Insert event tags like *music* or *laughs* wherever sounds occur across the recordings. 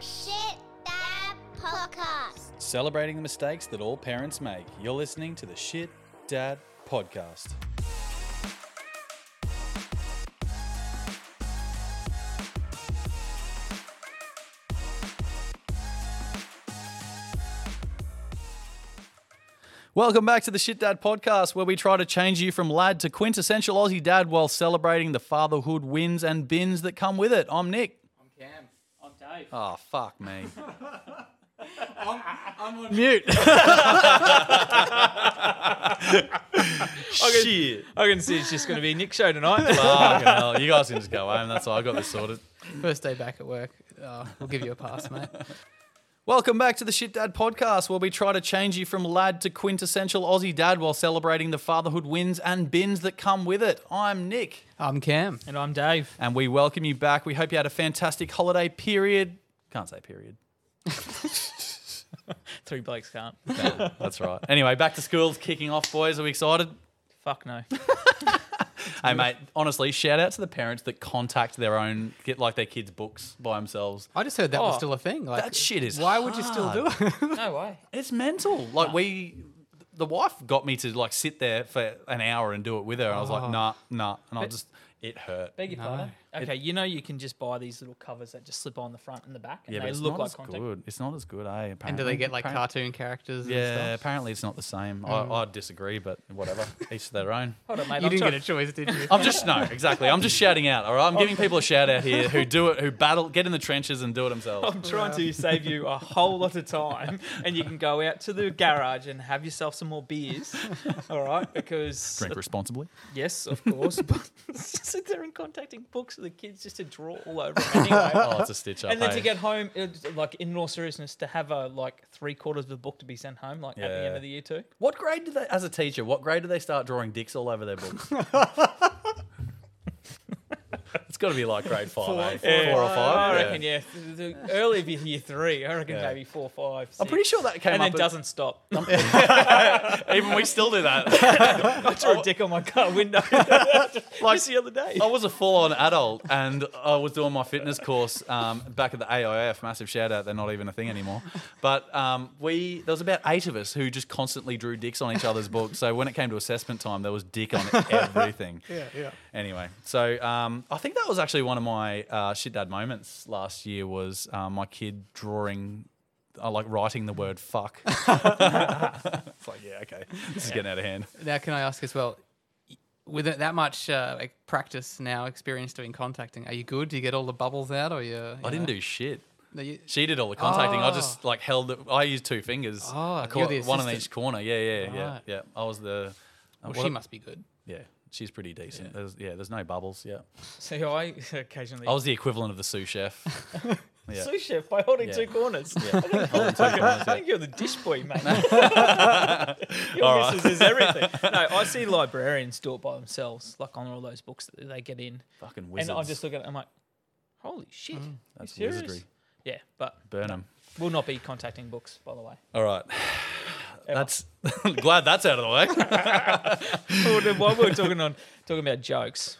Shit Dad Podcast. Celebrating the mistakes that all parents make. You're listening to the Shit Dad Podcast. Welcome back to the Shit Dad Podcast, where we try to change you from lad to quintessential Aussie dad while celebrating the fatherhood wins and bins that come with it. I'm Nick. Cam. I'm Dave. Oh, fuck me. I'm, I'm on Mute. Shit. I can see it's just going to be a Nick show tonight. Fucking hell. You guys can just go home. That's all. I got this sorted. First day back at work. Oh, we'll give you a pass, mate. Welcome back to the Shit Dad podcast, where we try to change you from lad to quintessential Aussie dad while celebrating the fatherhood wins and bins that come with it. I'm Nick, *laughs* I'm Cam. and I'm Dave. and we welcome you back. We hope you had a fantastic holiday period. Can't say period. Three blokes can't. That's *laughs* right. Anyway, back to school's kicking off, boys. Are we excited? Fuck no. Hey, mate. Honestly, shout out to the parents that contact their own, get like their kids' books by themselves. I just heard that was Oh, still a thing. Like, that shit is Why would you still do it? *laughs* No way. It's mental. Like we, the wife got me to like sit there for an hour and do it with her. I was Oh. like, nah, nah, and I just it hurt. Beg your pardon. Okay, you know you can just buy these little covers that just slip on the front and the back, and Yeah, but they it's look not like as contact. good. It's not as good, eh? Apparently. *laughs* and do they get like Apparent- cartoon characters? Yeah, and stuff? apparently it's not the same. Oh. I, I disagree, but whatever. Each to their own. Hold on, mate. You I'm didn't trying get a choice, did *laughs* you? Oh. I'm just no, exactly. I'm just shouting out. All right, I'm giving people a shout out here who do it, who battle, get in the trenches and do it themselves. *laughs* *laughs* I'm trying to save you a whole lot of time, and you can go out to the garage and have yourself some *laughs* more beers. All right, because *laughs* Drink responsibly. yes, of course, but *laughs* sit there and contacting books of the kids just to draw all over. 'em *laughs* Anyway, Oh, it's a stitch up. and then eh? to get home, it, like in all seriousness, to have a like three quarters of the book to be sent home, like at the Yeah. end of the year too. what grade do they, as a teacher, what grade do they start drawing dicks all over their *laughs* books? it's got to be like grade five, eh? four, or five. I yeah. reckon, yeah. th- th- th- early if you're year three, I reckon Yeah. maybe four, five, I'm pretty six. sure that came And up. *laughs* then doesn't stop. *laughs* I even we still do *laughs* that. drew a dick on my car window like just the other day. *laughs* I was a *laughs* full-on adult, and I was doing my fitness course um, back at the AIF. Massive shout out; they're not even a thing anymore. But um, we there was about eight of us who just constantly drew dicks on each other's books. So when it came to assessment time, there was dick *laughs* on everything. yeah, yeah. Anyway, so um, I think that was actually one of my uh, shit dad moments last year was uh, my kid drawing, uh, like writing the word *laughs* fuck. it's like, yeah, okay, this is getting out of hand. Now, can I ask as well? With it- that much uh, like practice now, experience doing contacting, are you good? Do you get all the bubbles out, or you? you I didn't know? do shit. No, you- She did all the contacting. I Oh. just like held it. I used two fingers. Oh, I you're caught the one on assistant. each corner. Yeah, yeah, yeah, Right. yeah. I was the. uh, well, what- she must be good. Yeah, she's pretty decent. Yeah. There's, yeah, there's no bubbles. Yeah, so I occasionally. I was the equivalent of the sous chef. *laughs* yeah. sous chef by holding Yeah. two corners. *laughs* Yeah. I think you're the dish boy, *laughs* mate. *laughs* Your All right. missus *laughs* is everything. No, I see librarians do it by themselves, like on all those books that they get in. Fucking wizards. Mm, And I'm just looking at it, I'm like, holy shit. you That's serious? wizardry. Yeah, but Burn 'em. we'll not be contacting books, by the way. All right. *sighs* That's *laughs* glad that's out of the way. Well, then While we're talking on talking about jokes,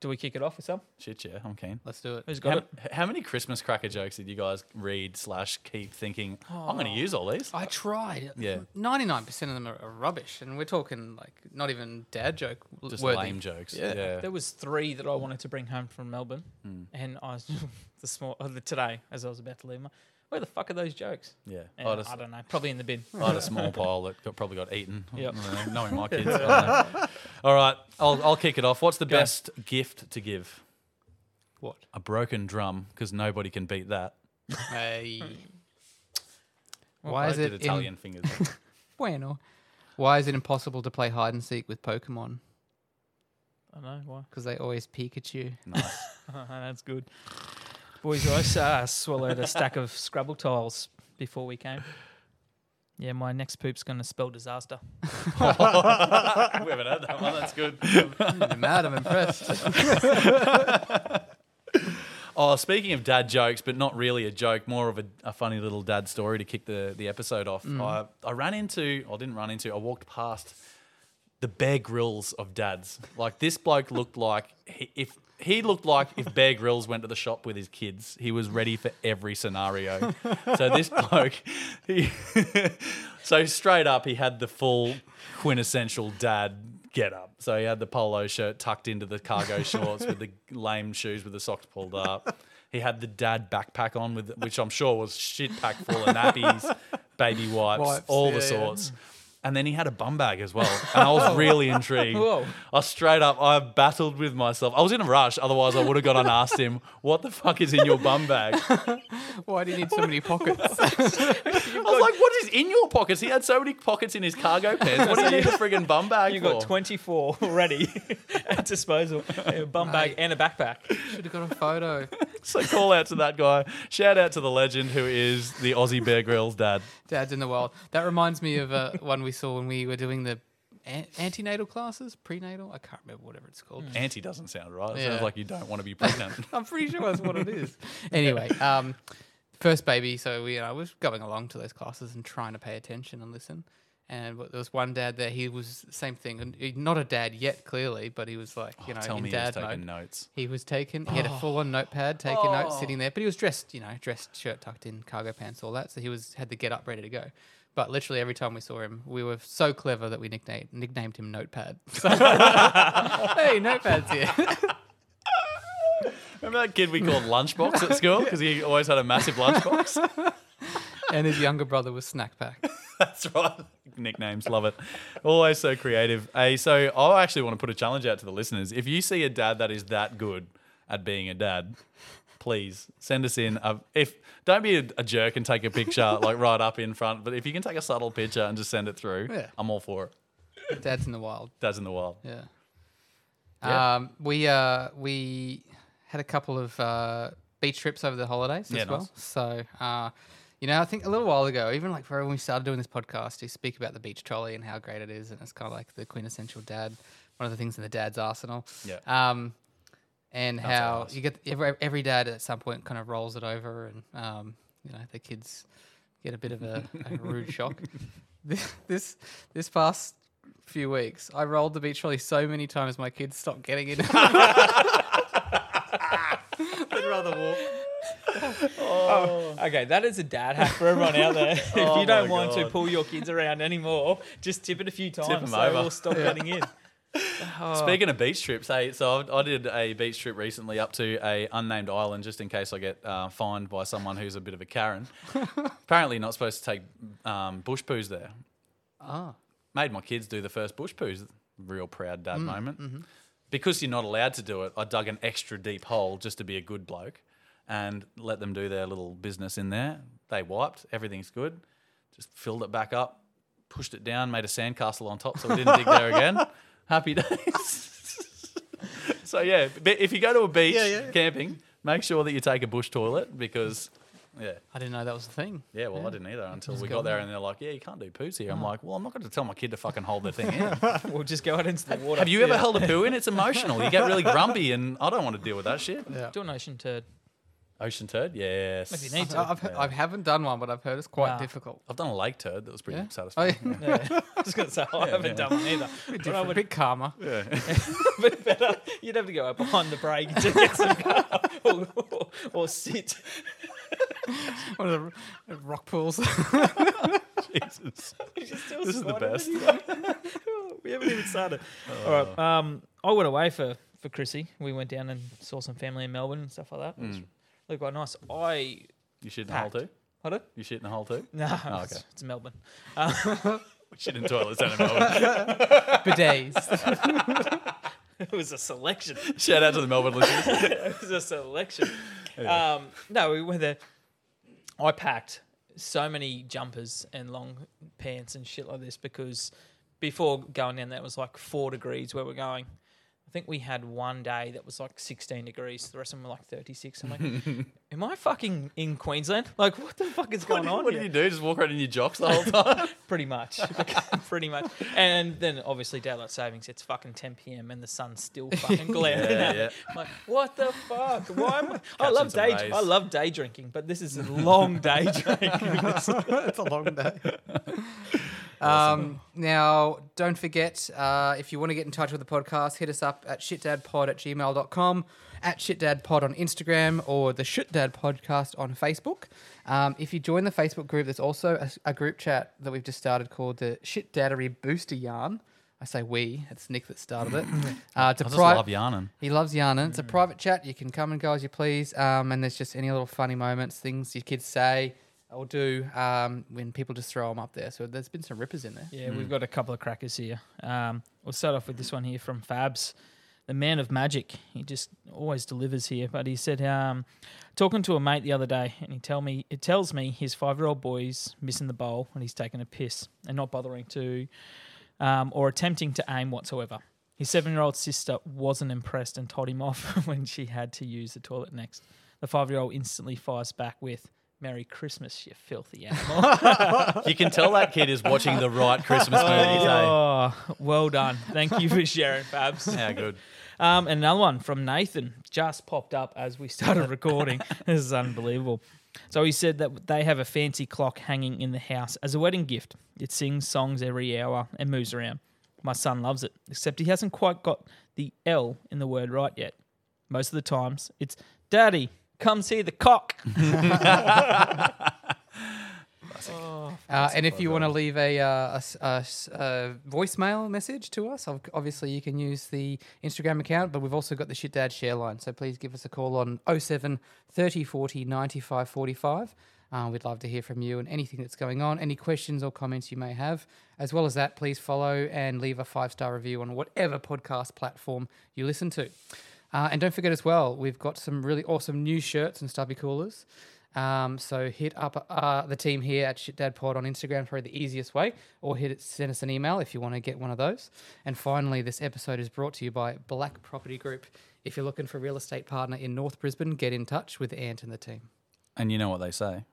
do we kick it off with some? *laughs* Shit, yeah, I'm keen. Let's do it. Who's got How, it? how many Christmas cracker jokes did you guys read slash keep thinking I'm going to use all these? I tried. Yeah. Ninety-nine percent of them are, are rubbish, and we're talking like not even dad joke. l- Just worthy. lame jokes. Yeah. Hmm. Yeah. There was three that I wanted to bring home from Melbourne, and I was *laughs* this mor- uh, the today as I was about to leave. My, where the fuck are those jokes? Yeah. And I, I, just, don't know. Probably in the bin. *laughs* *laughs* I had a small pile that got, probably got eaten. Yep. I don't know, knowing *laughs* my kids. I don't know. All right, I'll, I'll kick it off. What's the best gift to give? What? A broken drum, because nobody can beat that. *laughs* Hey. Why I is did it Italian in fingers. *laughs* bueno? Why is it impossible to play hide and seek with Pokemon? I don't know why. *laughs* Because they always Pikachu. nice. That's good. Boys, I s- uh, swallowed a stack of Scrabble tiles before we came. Yeah, my next poop's going to spell disaster. *laughs* we haven't had that one. That's good. *laughs* I'm mad. I'm impressed. Oh, speaking of dad jokes, but not really a joke, more of a, a funny little dad story to kick the, the episode off. I, I ran into, I didn't run into, I walked past the Bear grills of dads. Like this bloke looked like he, if he looked like if Bear Grylls went to the shop with his kids, he was ready for every scenario. so this bloke, he, *laughs* so straight up, he had the full quintessential dad get up. So he had the polo shirt tucked into the cargo shorts with the lame shoes with the socks pulled up. He had the dad backpack on with which I'm sure was shit packed full of nappies, baby wipes, Wipes, all yeah, the yeah. sorts. And then he had a bum bag as well. And I *laughs* was really intrigued. Whoa. I straight up, I battled with myself. I was in a rush, otherwise I would have gone and asked him, "What the fuck is in your bum *laughs* bag?" I *laughs* Why do you need so many *laughs* pockets? was like, "What is in your pockets?" He had so many pockets in his cargo pants. What do you need a friggin' bum bag You for? got 24 already *laughs* *laughs* at disposal. A bum bag Mate. and a backpack. Should have got a photo. So call out to that guy. Shout out to the legend who is the Aussie Bear Grylls dad. Dads in the world. That reminds me of uh, one we saw when we were doing the an- antenatal classes, prenatal. I can't remember whatever it's called. Anti doesn't sound right. It Yeah. sounds like you don't want to be pregnant. *laughs* I'm pretty sure that's what it is. *laughs* anyway, um, first baby. So we, you know, I was going along to those classes and trying to pay attention and listen. And w- there was one dad there. He was same thing. and he- Not a dad yet, clearly, but he was like, you know, Oh, Tell in me he's dad taking mode. notes. He was taken. He had a full-on notepad, taking notes, sitting there. But he was dressed, you know, dressed, shirt tucked in, cargo pants, all that. So he was had to get up, ready to go. But literally every time we saw him, we were so clever that we nicknamed nicknamed him Notepad. *laughs* So, hey, Notepad's here. *laughs* Remember that kid we called Lunchbox at *laughs* school because he always had a massive lunchbox. and his younger brother was Snackpack. That's right. Nicknames, love it. Always so creative. Hey, so I actually want to put a challenge out to the listeners. If you see a dad that is that good at being a dad, please send us in. A, if don't be a, a jerk and take a *laughs* picture like right up in front, but if you can take a subtle picture and just send it through, Yeah. I'm all for it. Dad's in the wild. Dads in the wild. Yeah. Yeah. Um, we uh, we had a couple of uh, beach trips over the holidays Yeah, as well. nice. So, uh, you know, I think a little while ago, even like when we started doing this podcast, you speak about the beach trolley and how great it is, and it's kind of like the quintessential dad, one of the things in the dad's arsenal. Yeah. Um, and how us. you get every, every dad at some point kind of rolls it over, and um, you know the kids get a bit of a, a rude shock. This, this this past few weeks, I rolled the beach trolley so many times my kids stopped getting it. They'd rather walk. Okay, that is a dad hack for everyone out there. *laughs* *laughs* if Oh you don't my want to God. pull your kids around anymore, just tip it a few times. 'em so over. We'll stop getting in. Speaking of beach trips, hey, so I, I did a beach trip recently up to a unnamed island just in case I get uh, fined by someone who's a bit of a Karen. Apparently, not supposed to take um, bush poos there. Ah, made my kids do the first bush poos. Real proud dad moment. Because you're not allowed to do it, I dug an extra deep hole just to be a good bloke and let them do their little business in there. They wiped, everything's good. Just filled it back up, pushed it down, made a sandcastle on top so we didn't dig there again. Happy days. so, yeah, but if you go to a beach camping, make sure that you take a bush toilet because, yeah. I didn't know that was a thing. Yeah, well, I didn't either until we go got there and they're like, yeah, you can't do poos here. I'm like, well, I'm not going to tell my kid to fucking hold their thing in. We'll just go out into the water. Have you ever held a poo in? It's emotional. You get really grumpy, and I don't want to deal with that shit. *laughs* Do an ocean turd. Ocean turd, yes. If you need I- to. I've, he- I haven't done one, but I've heard it's quite Nah. difficult. I've done a lake turd that was pretty Yeah? satisfying. Oh, yeah. Yeah. I was going to say, I haven't yeah. done *laughs* one either. But *laughs* I Different. A would, bit calmer. but better, you'd have to go out behind the break to get *laughs* some or, or, or sit. *laughs* One of the r- rock pools. Oh, *laughs* Jesus. You're still This is the smiling. best. *laughs* Oh. we haven't even started. All right. Um, I went away for for Chrissy. We went down and saw some family in Melbourne and stuff like that. Hmm. It was really quite nice. I You shit in a hole Packed. too? pardon? You shit in a hole too? *laughs* No, Oh, okay. it's, it's Melbourne. *laughs* Shit in toilets down in Melbourne. Bidets. It was a selection. *laughs* Shout out to the Melbourne listeners. it was *laughs* a selection. Um, no, we went there. I packed so many jumpers and long pants and shit like this because before going down there, it was like four degrees where we're going. I think we had one day that was like 16 degrees. The rest of them were like 36. I'm like, *laughs* am I fucking in Queensland? Like, what the fuck is What, going did, on what here? did you do? Just walk around in your jocks *laughs* the whole time? Pretty much. *laughs* Pretty much. And then obviously daylight savings, it's fucking 10 p.m. and the *laughs* sun's still fucking glaring. Yeah, at yeah. I'm like, what the fuck? *laughs* Why am I? I love some day. rays. I love *laughs* *laughs* day drinking, but this is a long day drink. it's a long day. Um, now, don't forget uh, if you want to get in touch with the podcast, hit us up at shitdadpod at gmail.com, at shitdadpod on Instagram, or the shitdad podcast on Facebook. Um, if you join the Facebook group, there's also a, a group chat that we've just started called the Shitdaddery Booster Yarn. I say we, it's Nick that *laughs* started it. Uh, it's I a just pri- love yarning. he loves yarning. It's a private chat. You can come and go as you please. Um, and there's just any little funny moments, things your kids say or do um, when people just throw them up there. So there's been some rippers in there. Yeah, we've got a couple of crackers here. Um, we'll start off with this one here from Fabs, the man of magic. He just always delivers here. But he said, um, talking to a mate the other day, and he tell me it tells me his five year old boy's missing the bowl and he's taking a piss and not bothering to um, or attempting to aim whatsoever. His seven year old sister wasn't impressed and told him *laughs* off when she had to use the toilet next. The five year old instantly fires back with. Merry Christmas, you filthy animal. You can tell that kid is watching the right Christmas movies. eh? oh, well done. Thank you for sharing, *laughs* Fabs. Yeah, good. Um, and another one from Nathan just popped up as we started recording. this is unbelievable. So he said that they have a fancy clock hanging in the house as a wedding gift. It sings songs every hour and moves around. My son loves it, except he hasn't quite got the L in the word right yet. Most of the times, it's Daddy, come see the cock. Uh, and if you want to leave a, uh, a s- a s- a voicemail message to us, ob- obviously you can use the Instagram account, but we've also got the Shit Dad share line. So please give us a call on 07 30 40 95 45. Uh, we'd love to hear from you and anything that's going on, any questions or comments you may have. As well as that, please follow and leave a five star review on whatever podcast platform you listen to. Uh, and don't forget as well, we've got some really awesome new shirts and stubby coolers. Um, so hit up uh, the team here at ShitDadPod on Instagram, probably the easiest way, or hit it, send us an email if you want to get one of those. And finally, this episode is brought to you by Black Property Group. If you're looking for a real estate partner in North Brisbane, get in touch with Ant and the team. And you know what they say?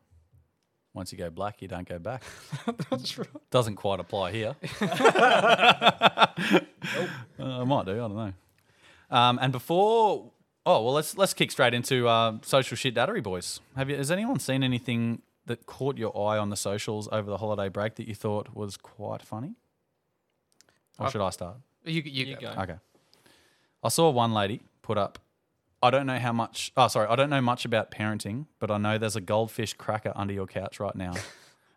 Once you go black, you don't go back. Doesn't quite apply here. *laughs* Uh, I might do. I don't know. Um, and before, oh well, let's let's kick straight into uh, social shit dattery boys. Have you? Has anyone seen anything that caught your eye on the socials over the holiday break that you thought was quite funny? Or should I start? You, you, go. Okay. I saw one lady put up. I don't know how much. Oh, sorry. I don't know much about parenting, but I know there's a goldfish cracker under your couch right now.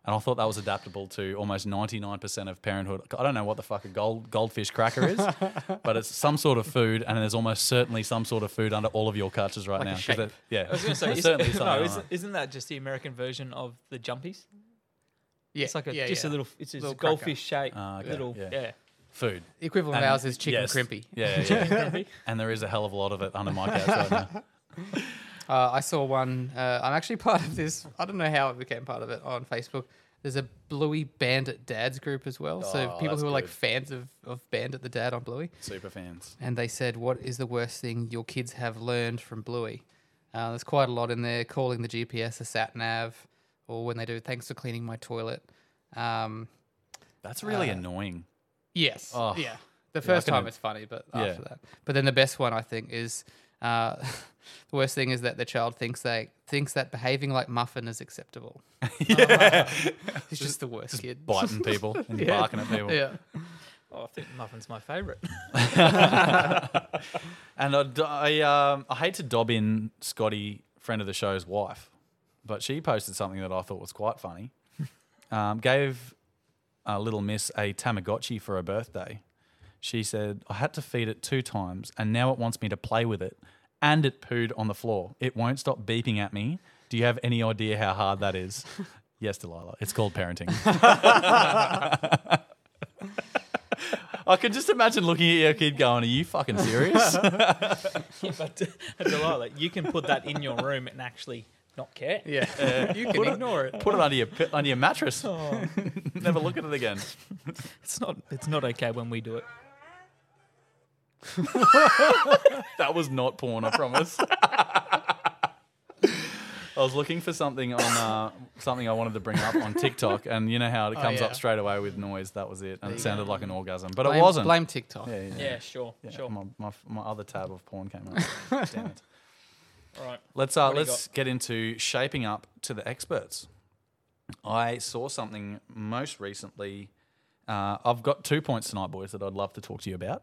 And I thought that was adaptable to almost 99% of parenthood. I don't know what the fuck a gold, goldfish cracker is, but it's some sort of food, and there's almost certainly some sort of food under all of your couches right now. 'cause shape. it- yeah. I was going to say, *laughs* There's is, certainly no, something isn't, on it. isn't that just the American version of the jumpies? Yeah, It's like a, yeah, just yeah. a little, it's just Little a cracker. goldfish shaped Ah, okay, little, yeah. yeah. *laughs* food. The equivalent of And- ours is chicken yes. crimpy. Yeah, yeah, yeah. *laughs* and there is a hell of a lot of it under my couch right now. Uh, I saw one. Uh, I'm actually *laughs* part of this. I don't know how it became part of it on Facebook. There's a Bluey Bandit Dads group as well. so Oh, people that's who are like good. fans of, of Bandit the Dad on Bluey. Super fans. and they said, "What is the worst thing your kids have learned from Bluey?" Uh, there's quite a lot in there. Calling the GPS a sat nav, or when they do, "Thanks for cleaning my toilet." Um, That's Uh, really annoying. yes, Oh. yeah. The first can time im- it's funny, but Yeah. after that, but then the best one I think is uh, *laughs* the worst thing is that the child thinks they thinks that behaving like Muffin *laughs* is acceptable. yeah, he's just the worst kid. Biting people and barking at people. *laughs* Yeah, Oh, I think muffin's my favourite. *laughs* And I, d- I, um, I hate to dob in Scotty, friend of the show's wife, but she posted something that I thought was quite funny. Um, gave uh, little miss a Tamagotchi for her birthday. She said, I had to feed it two times, and now it wants me to play with it, and it pooed on the floor. It won't stop beeping at me. Do you have any idea how hard that is? yes, Delilah. It's called parenting. *laughs* I could just imagine looking at your kid going, Are you fucking serious? but Delilah, you can put that in your room and actually not care. Uh, *laughs* yeah. you can ignore it. Put it under your pi- under your mattress. *laughs* Never look at it again. It's not. It's not okay when we do it. That was not porn, I promise. *laughs* I was looking for something on uh, something I wanted to bring up on TikTok, and you know how it comes yeah. up straight away with noise. That was it, and it sounded like an orgasm, but Blame, it wasn't. Blame TikTok. Yeah, yeah, Yeah, sure, yeah. sure. My, my, my other tab of porn came up. Damn it. All right. Let's uh, What do you let's get into shaping up to the experts. I saw something most recently Uh, I've got two points tonight, boys, that I'd love to talk to you about.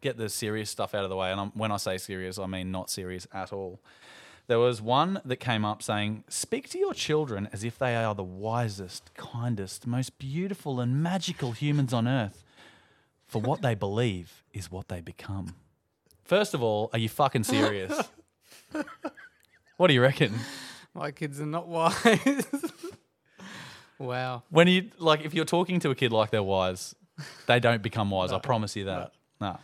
Get the serious stuff out of the way. And I'm, when I say serious, I mean not serious at all. There was one that came up saying, Speak to your children as if they are the wisest, kindest, most beautiful, and magical humans on earth. For what they believe is what they become. First of all, are you fucking serious? *laughs* what do you reckon? My kids are not wise. *laughs* wow. When you like, if you're talking to a kid like they're wise, they don't become wise. I promise you that. No.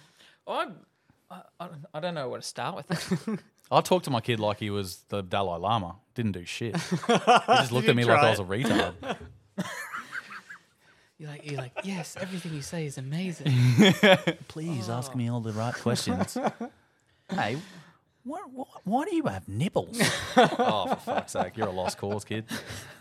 I'm, I, I don't- I don't know where to start with that. I talked to my kid like he was the Dalai Lama. Didn't do shit. he just looked at me like I was a retard. You're like, you're like, yes, everything you say is *laughs* amazing. Please ask me all the right questions. hey, why, why, why do you have nipples? oh, for fuck's sake, you're a lost cause, kid.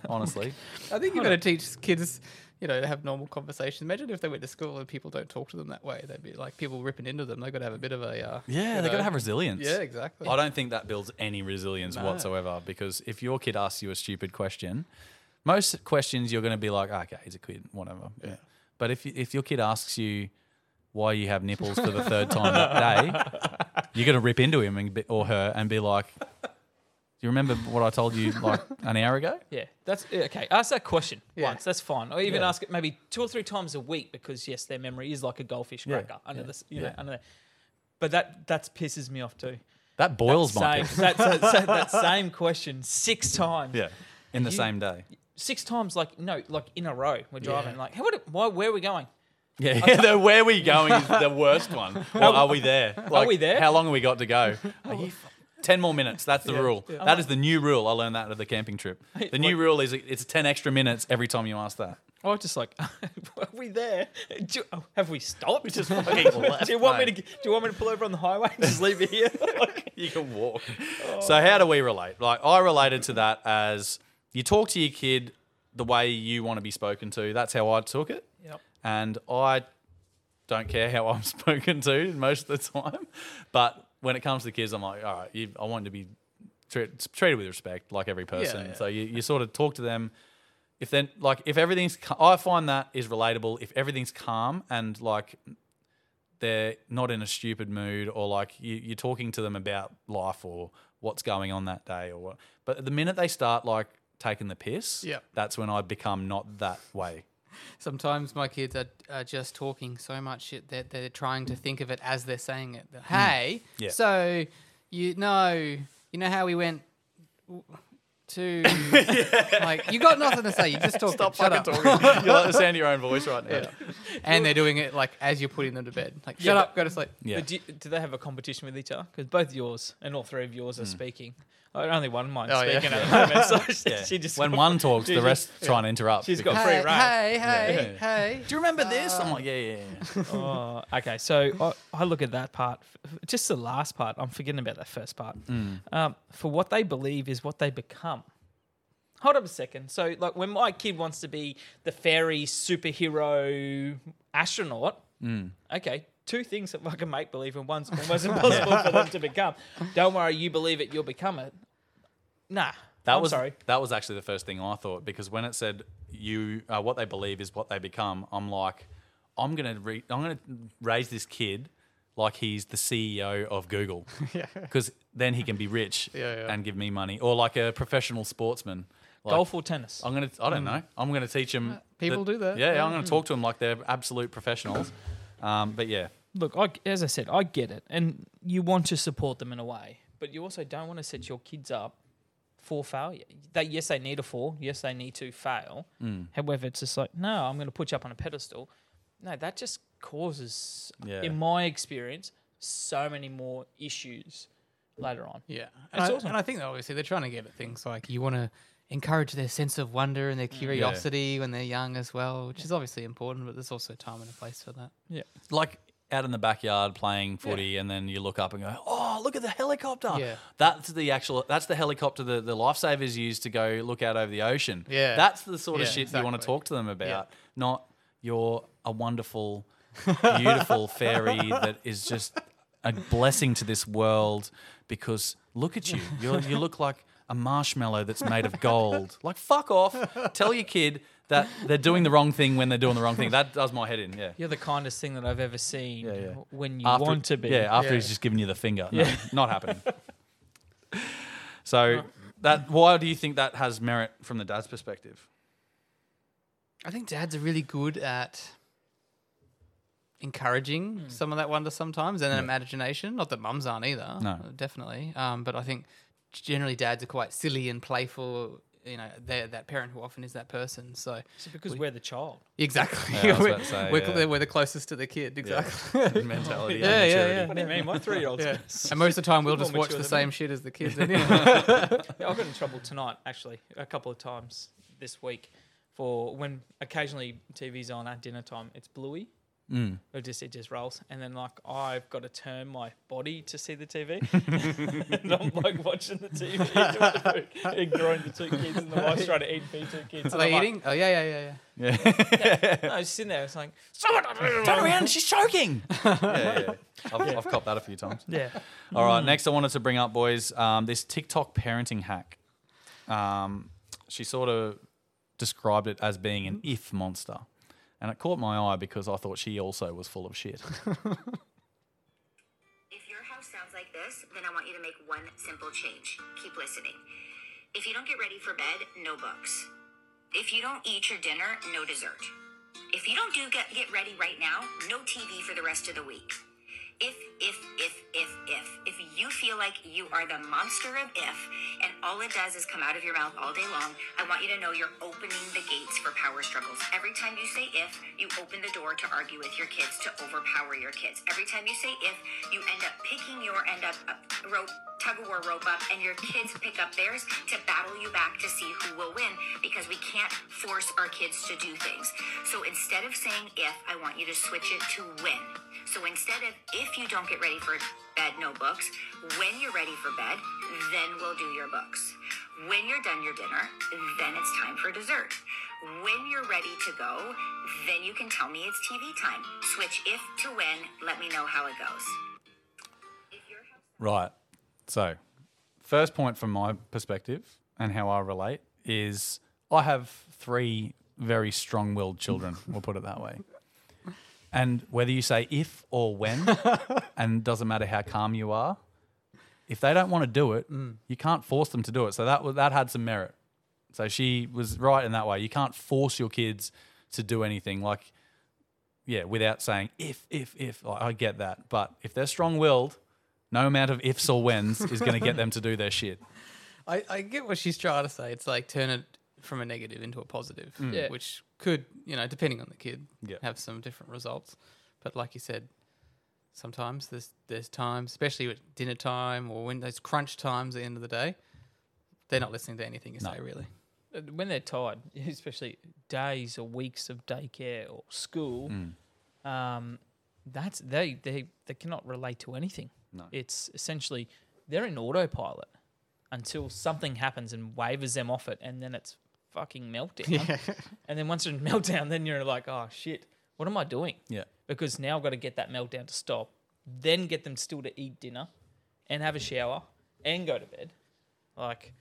Honestly. I think you've got to teach kids, you know, to have normal conversations. Imagine if they went to school and people don't talk to them that way. They'd be like people ripping into them. They've got to have a bit of a. Uh, Yeah, you they got know. to have resilience. Yeah, exactly. I don't think that builds any resilience whatsoever because if your kid asks you a stupid question, most questions you're going to be like, "Ah, okay, he's a kid, whatever. Yeah. But if if your kid asks you why you have nipples for the third time that *laughs* day, you're going to rip into him and, be- or her and be like, do you remember what I told you like an hour ago? *laughs* Yeah, that's yeah, okay. Ask that question Yeah. once. That's fine. Or even Yeah. ask it maybe two or three times a week because yes, their memory is like a goldfish Yeah, cracker under yeah, the s- you know yeah. under. The, but that that pisses me off too. That boils my Same, piss. that, that, that, *laughs* that same question six times. Yeah. In the same day. Six times, like no, like in a row. We're driving. Like, how would it, why? Where are we going? Yeah, yeah *laughs* the where we going is the worst *laughs* one. Or are we there? Like, we there? How long have we got to *laughs* go? Are you f- Ten more minutes. That's the rule. That is the new rule. I learned that at the camping trip. *laughs* The new rule is it's ten extra minutes every time you ask that. I was just like, *laughs* are we there? Do, you- oh, have we stopped? *laughs* *laughs* Just fucking left, *laughs* do you want me to? mate. g- Do you want me to pull over on the highway and just leave *laughs* it here? Like, You can walk. So how do we relate? Like I related to that as you talk to your kid the way you want to be spoken to. That's how I took it. Yep. and I don't care how *laughs* I'm spoken to most of the time. But when it comes to the kids, I'm like, all right, you, I want to be tre- treated with respect, like every person. yeah. So you, you sort of talk to them. If then, like, if everything's, ca- I find that is relatable. If everything's calm and like they're not in a stupid mood, or like you, you're talking to them about life or what's going on that day, or what. But the minute they start like taking the piss, Yeah. that's when I become not that way. Sometimes my kids are, are just talking so much shit that they're trying to think of it as they're saying it. They're, Hey, Yeah. so you know, you know how we went w- to like you got nothing to say. You just talking. Stop shut up. *laughs* you like the sound of your own voice right now. And they're doing it like as you're putting them to bed. Like shut Yeah, up, go to sleep. Yeah. But do, you- do they have a competition with each other? Because both yours and all three of yours Hmm. are speaking. Oh, only one of mine's Oh, yeah. *laughs* speaking at the moment. So she, Yeah. she just when *laughs* got- one talks, she the just- rest try and interrupt. *laughs* She's because- got free Hey, reign. hey, hey, hey. Do you remember this? I'm like, yeah, yeah, yeah. Oh, okay, so I, I look at that part, f- just the last part. I'm forgetting about that first part. Um, for what they believe is what they become. Hold up a second. So, like, when my kid wants to be the fairy superhero astronaut, okay, two things that I can make believe, and one's almost impossible for them to become. Don't worry, you believe it, you'll become it. Nah, That I'm was sorry. that was actually the first thing I thought because when it said you uh, what they believe is what they become, I'm like, I'm gonna re- I'm gonna raise this kid like he's the CEO of *laughs* Google, because then he can be rich Yeah, yeah. and give me money, or like a professional sportsman. Like, Golf or tennis? I'm gonna. I don't know. I'm gonna teach them. Mm. people do that. Yeah, I'm gonna talk to them like they're absolute professionals. Um, but yeah, look, I, as I said, I get it, and you want to support them in a way, but you also don't want to set your kids up for failure. They yes, they need to fall. Yes, they need to fail. Mm. However, it's just like no, I'm going to put you up on a pedestal. No, that just causes, Yeah. in my experience, so many more issues later on. Yeah, and, I, awesome. and I think that obviously they're trying to give it things like you want to encourage their sense of wonder and their curiosity when they're young as well, which is obviously important. But there's also a time and a place for that. like out in the backyard playing footy, and then you look up and go, "Oh, look at the helicopter!" Yeah. that's the actual. That's the helicopter that the lifesavers use to go look out over the ocean. Yeah. that's the sort of Yeah, shit you want to exactly. talk to them about, *laughs* not you're a wonderful, beautiful fairy that is just a blessing to this world because look at you. You're, you look like a marshmallow that's made of *laughs* gold. Like, fuck off. Tell your kid that they're doing the wrong thing when they're doing the wrong thing. That does my head in, yeah. You're the kindest thing that I've ever seen Yeah, yeah. when you want to be. Yeah, after Yeah. he's just giving you the finger. No, not happening. so that why do you think that has merit from the dad's perspective? I think dads are really good at encouraging some of that wonder sometimes and then imagination. Not that mums aren't either. No. Definitely. Um, but I think generally dads are quite silly and playful. You know, they're that parent who often is that person. So *laughs* It's because we, are the child. exactly, Yeah, I was we're, about to say, we're, cl- yeah. we're the closest to the kid. Exactly. Mentality. Yeah, and yeah, maturity. yeah. I mean, my three year old's Yeah. *laughs* And most of the time, we'll More just watch mature the than me. same shit as the *laughs* kids. anyway. Yeah, I got in trouble tonight, actually, a couple of times this week for when occasionally TV's on at dinner time. It's bluey. Mm. It just it just rolls, and then like I've got to turn my body to see the *laughs* TV, and I'm like watching the TV, ignoring the two *laughs* kids, and the wife's trying to eat the two Are kids. and I'm they like, eating? Oh yeah, yeah, yeah, yeah. No, I was sitting there. It's like Turn around, she's choking. yeah, yeah, yeah. I've, I've copped that a few times. yeah, All right, next I wanted to bring up, boys, um, this TikTok parenting hack. Um, she sort of described it as being an if monster. And it caught my eye because I thought she also was full of shit. *laughs* If your house sounds like this, then I want you to make one simple change. Keep listening. If you don't get ready for bed, no books. If you don't eat your dinner, no dessert. If you don't do get, get ready right now, no TV for the rest of the week. If, if, if, if, if, if you feel like you are the monster of if, and all it does is come out of your mouth all day long, I want you to know you're opening the gates for power struggles. Every time you say if, you open the door to argue with your kids, to overpower your kids. Every time you say if, you end up picking your end up, up rope, tug of war rope up, and your kids pick up theirs to battle you back to see who will win because we can't force our kids to do things. So instead of saying if, I want you to switch it to when. So instead of if you don't get ready for bed, no books, when you're ready for bed, then we'll do your books. When you're done your dinner, then it's time for dessert. When you're ready to go, then you can tell me it's TV time. Switch if to when, let me know how it goes. Right. So, first point from my perspective and how I relate is I have three very strong willed children, we'll put it that way. And whether you say if or when, and doesn't matter how calm you are, if they don't want to do it, you can't force them to do it. So that wa- that had some merit. So she was right in that way. You can't force your kids to do anything. Like, yeah, without saying if, if, if. I I get that, but if they're strong-willed, no amount of ifs or whens is going to get them to do their shit. I, I get what she's trying to say. It's like turn it from a negative into a positive, Yeah. which could, you know, depending on the kid, Yeah. have some different results. But like you said, sometimes there's there's times, especially at dinner time or when those crunch times at the end of the day, they're not listening to anything you say really. when they're tired, *laughs* especially days or weeks of daycare or school, um, that's they they they cannot relate to anything. No. It's essentially they're in autopilot until something happens and wavers them off it, and then it's fucking meltdown. *laughs* and then once it's meltdown, then you're like, oh shit, what am I doing? Yeah. because now I've got to get that meltdown to stop, then get them still to eat dinner, and have a shower, and go to bed. Like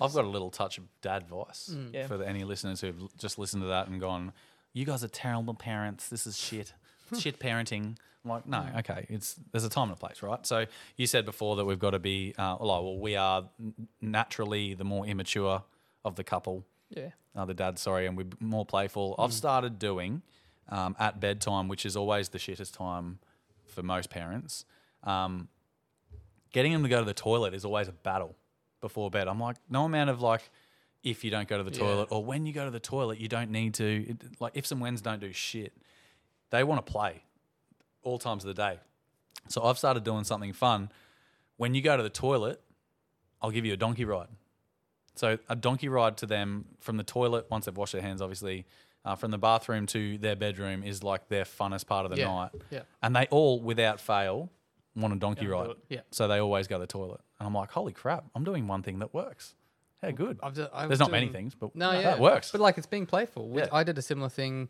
I've got a little touch of dad voice Yeah. for the, any listeners who've l- just listened to that and gone, "You guys are terrible parents. This is shit. It's shit parenting." I'm like, no, okay. It's there's a time and a place, right? So you said before that we've got to be, uh, well, well, we are n- naturally the more immature of the couple. yeah, uh, the dad, sorry, and we're b- more playful. I've started doing um, at bedtime, which is always the shittest time for most parents. Um, getting them to go to the toilet is always a battle before bed. I'm like, no amount of like, if you don't go to the toilet or when you go to the toilet, you don't need to. It, like, ifs and whens don't do shit. They want to play all times of the day. So I've started doing something fun. When you go to the toilet, I'll give you a donkey ride. So a donkey ride to them from the toilet once they've washed their hands, obviously, uh, from the bathroom to their bedroom is like their funnest part of the Yeah, night. yeah. And they all, without fail, want a donkey ride. Yeah. So they always go to the toilet. And I'm like, holy crap! I'm doing one thing that works. How good. I've just- I There's was not many doing- things, but No, no, yeah, it works. But like, it's being playful. We- Yeah. I did a similar thing,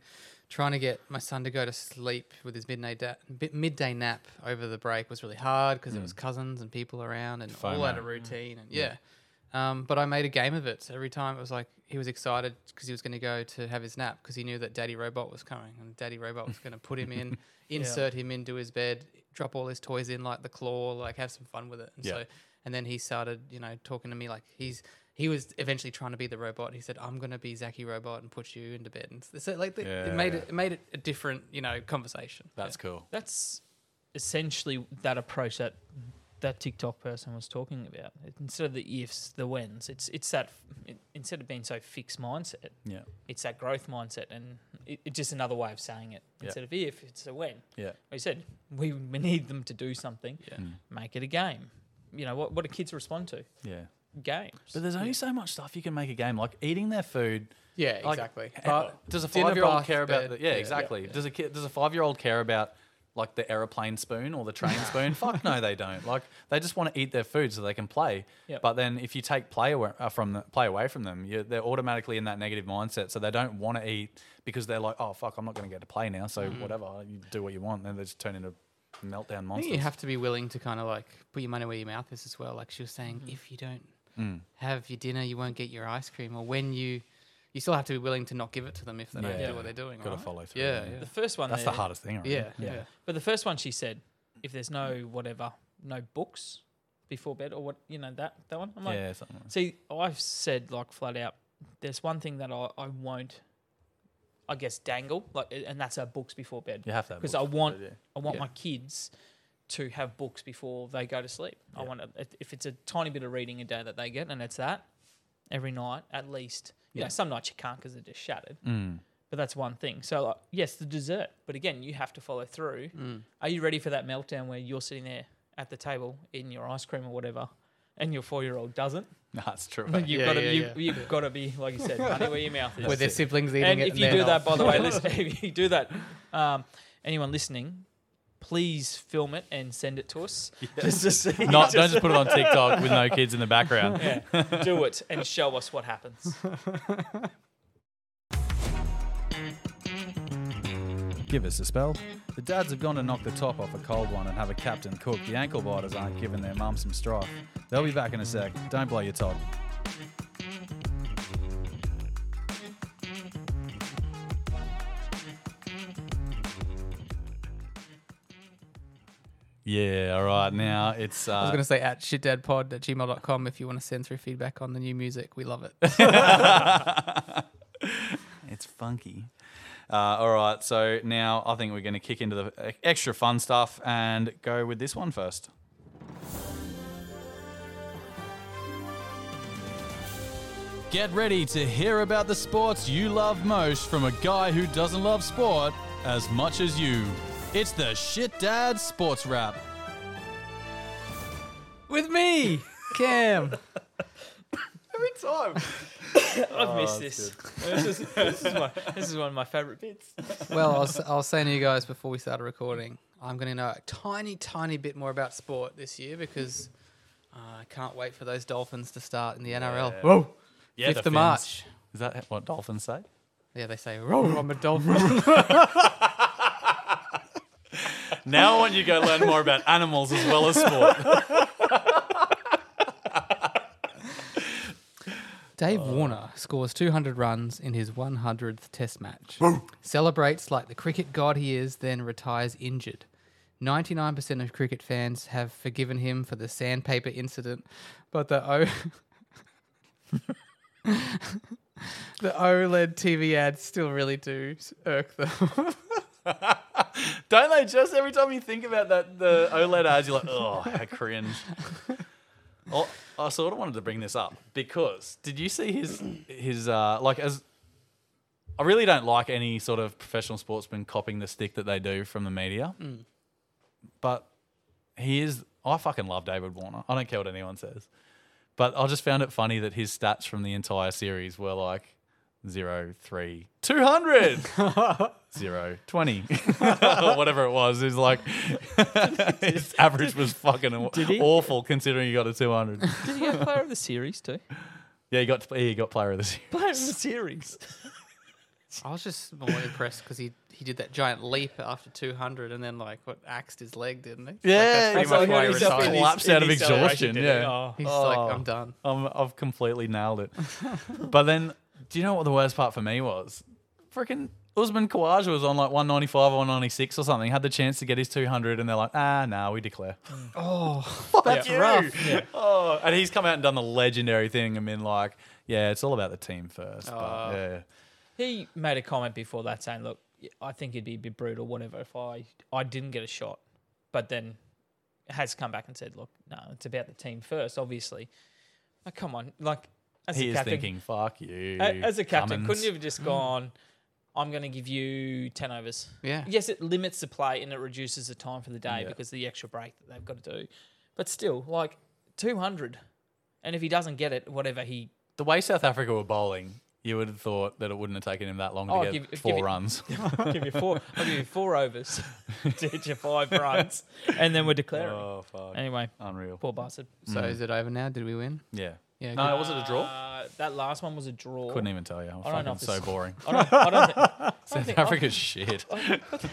trying to get my son to go to sleep with his midday da- bi- midday nap over the break was really hard Hmm. because there was cousins and people around and all FOMO. out of routine and yeah. Um, but I made a game of it. So every time it was like he was excited because he was going to go to have his nap because he knew that Daddy Robot was coming and Daddy Robot was going to put him *laughs* in, insert him into his bed, drop all his toys in like the claw, like have some fun with it. And Yeah. so and then he started, you know, talking to me like he's he was eventually trying to be the robot. He said, "I'm gonna be Zachy Robot and put you into bed." And s- so, like, the, it made Yeah. it, it made it a different, you know, conversation. That's cool. That's essentially that approach that that TikTok person was talking about. It- Instead of the ifs, the whens. It's it's that it, instead of being so fixed mindset, Yeah. it's that growth mindset, and it, it's just another way of saying it. Yeah. Instead of if, it's a when. Yeah. Like you said, we, we need them to do something. Yeah. Mm. Make it a game. You know what? What do kids respond to? Yeah. Games. But there's only so much stuff you can make a game like eating their food. Yeah, Like, exactly. h- But does a dinner, five-year-old bath, care about? bed. The, yeah, exactly. Does a kid, does a five-year-old care about like the aeroplane spoon or the *laughs* train spoon? Fuck no, they don't. Like they just want to eat their food so they can play. Yep. But then if you take play away uh, from the, play away from them, you, they're automatically in that negative mindset, so they don't want to eat because they're like, oh fuck, I'm not going to get to play now. So whatever, you do what you want, and they just turn into meltdown I monsters. think Mm-hmm. you have to be willing to kind of like put your money where your mouth is as well. Like she was saying, if you don't have your dinner, you won't get your ice cream, or when you, you still have to be willing to not give it to them if they don't Yeah. do what they're doing. Gotta right? follow through, Yeah, yeah. yeah. the first one. That's the there- hardest thing. I reckon. Yeah, yeah. But the first one she said, if there's no whatever, no books before bed or what, you know that that one. I'm like, Yeah, something like see, I've said like flat out, there's one thing that I, I won't, I guess dangle like, and that's our books before bed. You have to have because books *laughs* I before want bed, I want Yeah. my kids to have books before they go to sleep. I want to, if it's a tiny bit of reading a day that they get, and it's that every night at least. You know, some nights you can't because they're just shattered. But that's one thing. So like, yes, the dessert, but again, you have to follow through. Mm. Are you ready for that meltdown where you're sitting there at the table eating your ice cream or whatever, and your four year old doesn't? that. That's true. eh? You've Yeah, got to yeah, you, yeah. you've got to be like you said, money where your *laughs* mouth is With their siblings eating and it. if you they're do not. that, by the way, listen, *laughs* if you do that, um, anyone listening, please film it and send it to us. *laughs* Just to see. Not, don't just put it on TikTok with no kids in the background. Yeah, do it and show us what happens. Give us a spell. The dads have gone to knock the top off a cold one and have a captain cook. The ankle biters aren't giving their mum some strife. They'll be back in a sec. Don't blow your top. Yeah, all right. Now it's. Uh, I was going to say at shitdadpod at gmail.com if you want to send through feedback on the new music. We love it. It's funky. Uh, all right, so now I think we're going to kick into the e- extra fun stuff and go with this one first. Get ready to hear about the sports you love most from a guy who doesn't love sport as much as you. It's the Shit Dad Sports Wrap. With me, Cam. I've missed this. *laughs* This is, this, is my, this is one of my favorite bits. well, I was, I was saying to you guys before we started recording, I'm going to know a tiny, tiny bit more about sport this year because uh, I can't wait for those Dolphins to start in the NRL. Whoa! *laughs* Yeah, Fifth of March. Is that what dolphins say? Yeah, they say, "Roar, I'm a dolphin." Now I want you to go learn more about animals as well as sport. Dave Warner scores 200 runs in his 100th Test match. Celebrates like the cricket god he is, then retires injured. 99% of cricket fans have forgiven him for the sandpaper incident, but the O. *laughs* the E OLED TV ads still really do s- irk them. Don't they just every time you think about that the OLED ads, you're like, oh, how cringe. Oh, I sort of wanted to bring this up because did you see his his uh, like as I really don't like any sort of professional sportsman copying the stick that they do from the media, but he is. I fucking love David Warner. I don't care what anyone says, but I just found it funny that his stats from the entire series were like zero, three, two hundred. zero, 20, or *laughs* whatever it was. It's like *laughs* his average was fucking aw- he? awful considering he got a 200. Did he get player of the series too? Yeah, he got he got player of the series. *laughs* Player of the series. I was just more impressed because he, he did that giant leap after 200 and then like what axed his leg, didn't he? Like, Yeah, that's pretty it's much like why he he just retired. collapsed. out of exhaustion, yeah. He's Oh. like, I'm done. I'm, I've completely nailed *laughs* it. but then, do you know what the worst part for me was? Freaking Usman Khawaja was on like 195 or 196 or something, had the chance to get his 200, and they're like, ah, nah, we declare. Oh, that's rough. Oh, and he's come out and done the legendary thing and been like, yeah, it's all about the team first. Oh. But, yeah. He made a comment before that saying, "Look, I think it'd be a bit brutal, whatever, if I I didn't get a shot." But then has come back and said, "Look, no, it's about the team first, obviously." Oh, come on, like as He a is captain, thinking, fuck you. a- as a captain, Cummins." couldn't you have just gone? I'm going to give you ten overs. Yeah. Yes, it limits the play and it reduces the time for the day because of the extra break that they've got to do. But still, like 200, and if he doesn't get it, whatever he The way South Africa were bowling, you would have thought that it wouldn't have taken him that long to Oh, get give- give four it- *laughs* runs. give you four. I'll give you four overs, *laughs* teach you five runs, and then we're declaring. *laughs* oh, fuck. anyway, Unreal. poor bastard. So is it over now? Did we win? Yeah. Yeah, Mm. No, was it a draw? Uh, that last one was a draw. Couldn't even tell you. I'm I don't know fucking if so it's- boring. I don't, *laughs* I don't think, I don't South think- *laughs* I- *laughs* Africa's shit.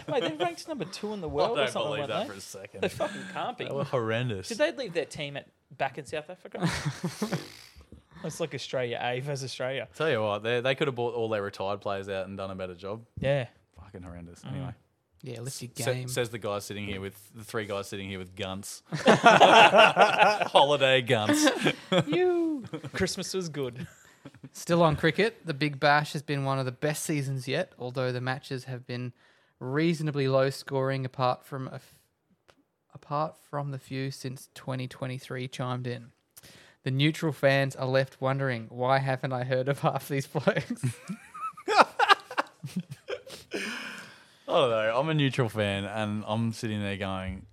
Mate, they're ranked number two in *laughs* the world or something like that. a They second. fucking can't be. *laughs* They were horrendous. Did they leave their team at back in South *laughs* Africa? it's like Australia A versus Australia. Tell you what, they, they could have bought all their retired players out and done a better job. *laughs* Yeah. Fucking horrendous. Mm. Anyway, Yeah, lift your Sa- game. says the guy sitting here with the three guys sitting here with guns. *laughs* *laughs* Holiday guns. You. Christmas was good. Still on cricket, the Big Bash has been one of the best seasons yet, although the matches have been reasonably low scoring apart from a f- apart from the few since 2023 chimed in. The neutral fans are left wondering why haven't I heard of half these *laughs* blokes? I don't know. I'm a neutral fan, and I'm sitting there going,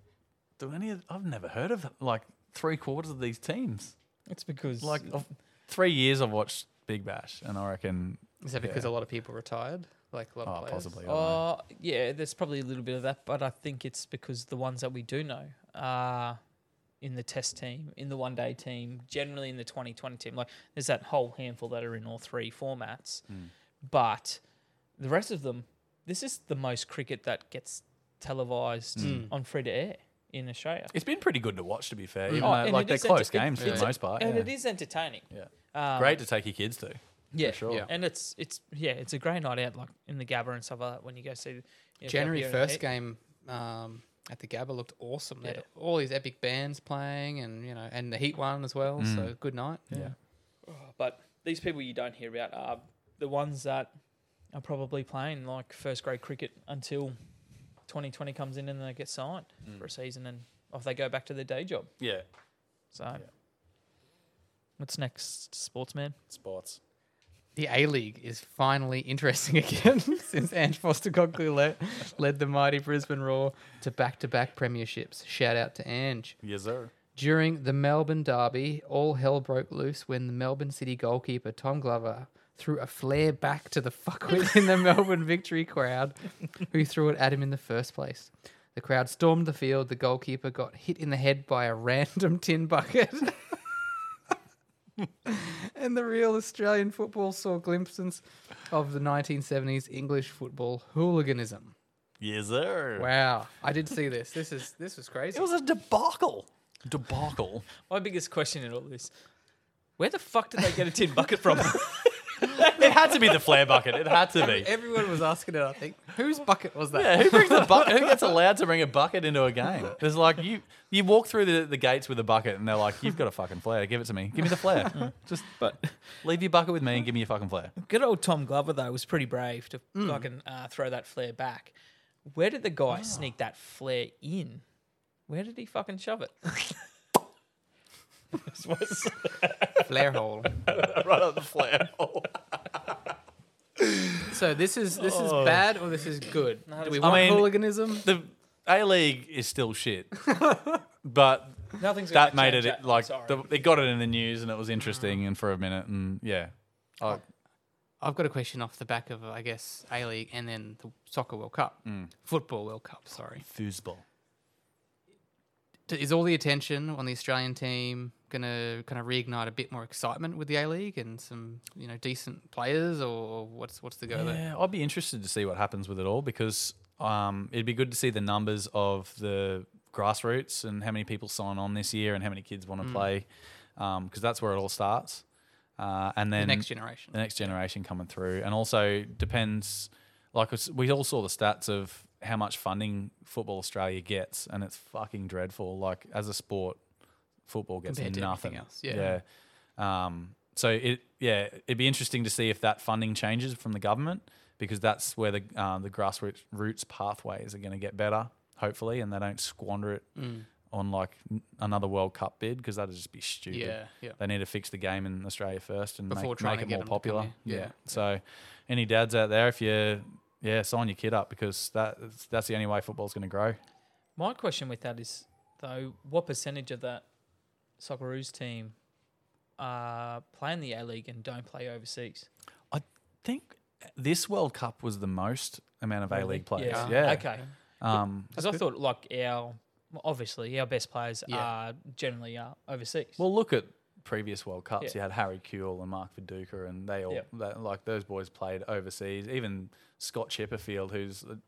"Do any? Of, I've never heard of like three quarters of these teams. It's because Like of three years I've watched Big Bash, and I reckon, Is that because a lot of people retired? Like a lot of oh, players. possibly. I don't know. Uh, yeah, there's probably a little bit of that, but I think it's because the ones that we do know are in the test team, in the one day team, generally in the 2020 team. Like there's that whole handful that are in all three formats, Hmm. but the rest of them, this is the most cricket that gets televised Hmm. on free to air in Australia. It's been pretty good to watch, to be fair. Even Oh, though, and like it they're is close enter- it- games for it's- the most part. and yeah. it is entertaining. Yeah. Um, Great to take your kids to. yeah, sure. Yeah. and it's it's yeah, it's a great night out, like in the Gabba and stuff like that. When you go see you know, January Gabba and first Heat. game um, at the Gabba looked awesome. They had Yeah. all these epic bands playing, and you know, and the Heat won as well. So good night. Yeah. but these people you don't hear about are the ones that are probably playing like first grade cricket until 2020 comes in and they get signed for a season and off they go back to their day job. Yeah. So, what's next, sportsman? Sports. The A League is finally *laughs* interesting again since Ange Postecoglou led, led the mighty Brisbane Roar to back-to-back premierships. Shout out to Ange. Yes, sir. During the Melbourne derby, all hell broke loose when the Melbourne City goalkeeper Tom Glover threw a flare back to the fuckwit in the Melbourne victory crowd, who threw it at him in the first place. The crowd stormed the field. The goalkeeper got hit in the head by a random tin bucket. *laughs* and the real Australian football saw glimpses of the 1970s English football hooliganism. Yes, sir. Wow, I did see this. This is this was crazy. It was a debacle. Debacle. My biggest question in all this where the fuck did they get a *laughs* tin bucket from? *laughs* it had to be the flare bucket. It had to be. Everyone was asking it. I think whose bucket was that? Yeah, who brings the bucket? Who gets allowed to bring a bucket into a game? There's like you, you walk through the, the gates with a bucket, and they're like, "You've got a fucking flare. Give it to me. Give me the *laughs* flare. Just Mm, but *laughs* leave your bucket with me and give me your fucking flare." good old Tom Glover, though, was pretty brave to fucking uh, throw that flare back. Where did the guy sneak that flare in? Where did he fucking shove it? Flare hole. *laughs* right up the flare. So this is this is Oh. bad or this is good? Do we I want mean- hooliganism? The A League is still shit, *laughs* but Nothing's gonna that made change it that. like Sorry. the, they got it in the news and it was interesting and for a minute and yeah I, I've got a question off the back of I guess A League and Hmm. then the Soccer World Cup, Football World Cup. Sorry, foosball d- is all the attention on the Australian team going to kind of reignite a bit more excitement with the A League and some you know decent players, or what's what's the go there? Yeah, I'd be interested to see what happens with it all because um, it'd be good to see the numbers of the grassroots and how many people sign on this year and how many kids want to play because that's where it all starts. Uh, and then Next generation. the next generation coming through, and also depends. Like it's- we all saw the stats of how much funding Football Australia gets, and it's fucking dreadful. Like as a sport, football gets Compared to nothing. everything else, yeah. Yeah. Um, so it yeah, it'd be interesting to see if that funding changes from the government because that's where the um, the grassroots roots pathways are going to get better, hopefully, and they don't squander it Mm. on like n- another World Cup bid because that'd just be stupid. Yeah, yeah. They need to fix the game in Australia first and Before make, trying make to it get more them to come popular. here. Yeah. So, any dads out there, if you yeah, sign your kid up because that that's the only way football's going to grow. My question with that is, though, what percentage of that Socceroos team uh, play in the A League and don't play overseas? I think this World Cup was the most amount of A League players. Yeah. Okay. Um, Because I thought, like, our well, obviously our best players Yeah. are generally are overseas. well, look at previous World Cups. Yeah. You had Harry Kewell and Mark Viduka, and they all Yeah. that, like those boys played overseas. Even Scott Chipperfield, who's a-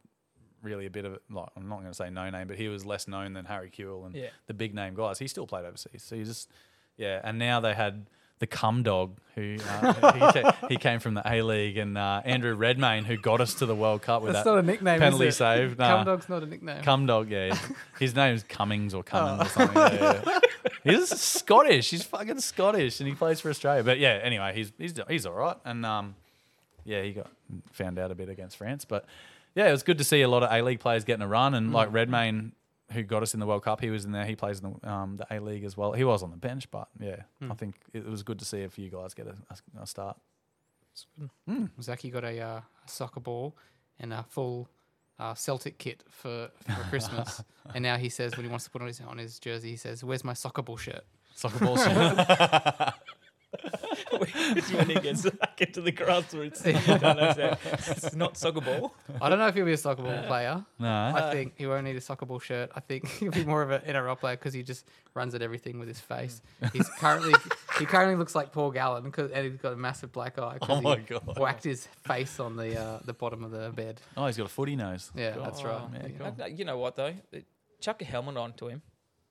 really a bit of a- like I'm not going to say no name, but he was less known than Harry Kewell and Yeah. the big name guys. He still played overseas. So you just yeah, and now they had. The cum dog, who uh, *laughs* he, ca- he came from the A League, and uh, Andrew Redmayne, who got us to the World Cup with That's that not a nickname, is penalty it? save. Nah. Cum dog's not a nickname. Cum dog, yeah. *laughs* His name's Cummings or Cummins or something. Yeah, *laughs* yeah. He's Scottish. He's fucking Scottish, and he plays for Australia. But yeah, anyway, he's he's he's all right. And um, yeah, he got found out a bit against France, but yeah, it was good to see a lot of A League players getting a run. And like Redmayne, who got us in the World Cup, he was in there. He plays in the um, the A League as well. He was on the bench, but yeah, I think it was good to see a few guys get a, a- a start. Zaki got a, uh, a soccer ball and a full uh, Celtic kit for, for *laughs* Christmas, and now he says when he wants to put on his on his jersey, he says, "Where's my soccer *laughs* ball shirt?" Soccer balls. *laughs* when he gets back into *laughs* the grassroots, you don't understand. it's not soccer ball. I don't know if he'll be a soccer ball player. no. I think he won't need a soccer ball shirt. I think he'll be more of an NRL player because he just runs at everything with his face. Mm. He's *laughs* currently he currently looks like Paul Gallen 'cause- and he's got a massive black eye. 'cause Oh my he God. Whacked his face on the uh, the bottom of the bed. Oh, he's got a footy nose. Yeah, that's right. Oh, Yeah. Uh, You know what though? Uh, Chuck a helmet on to him,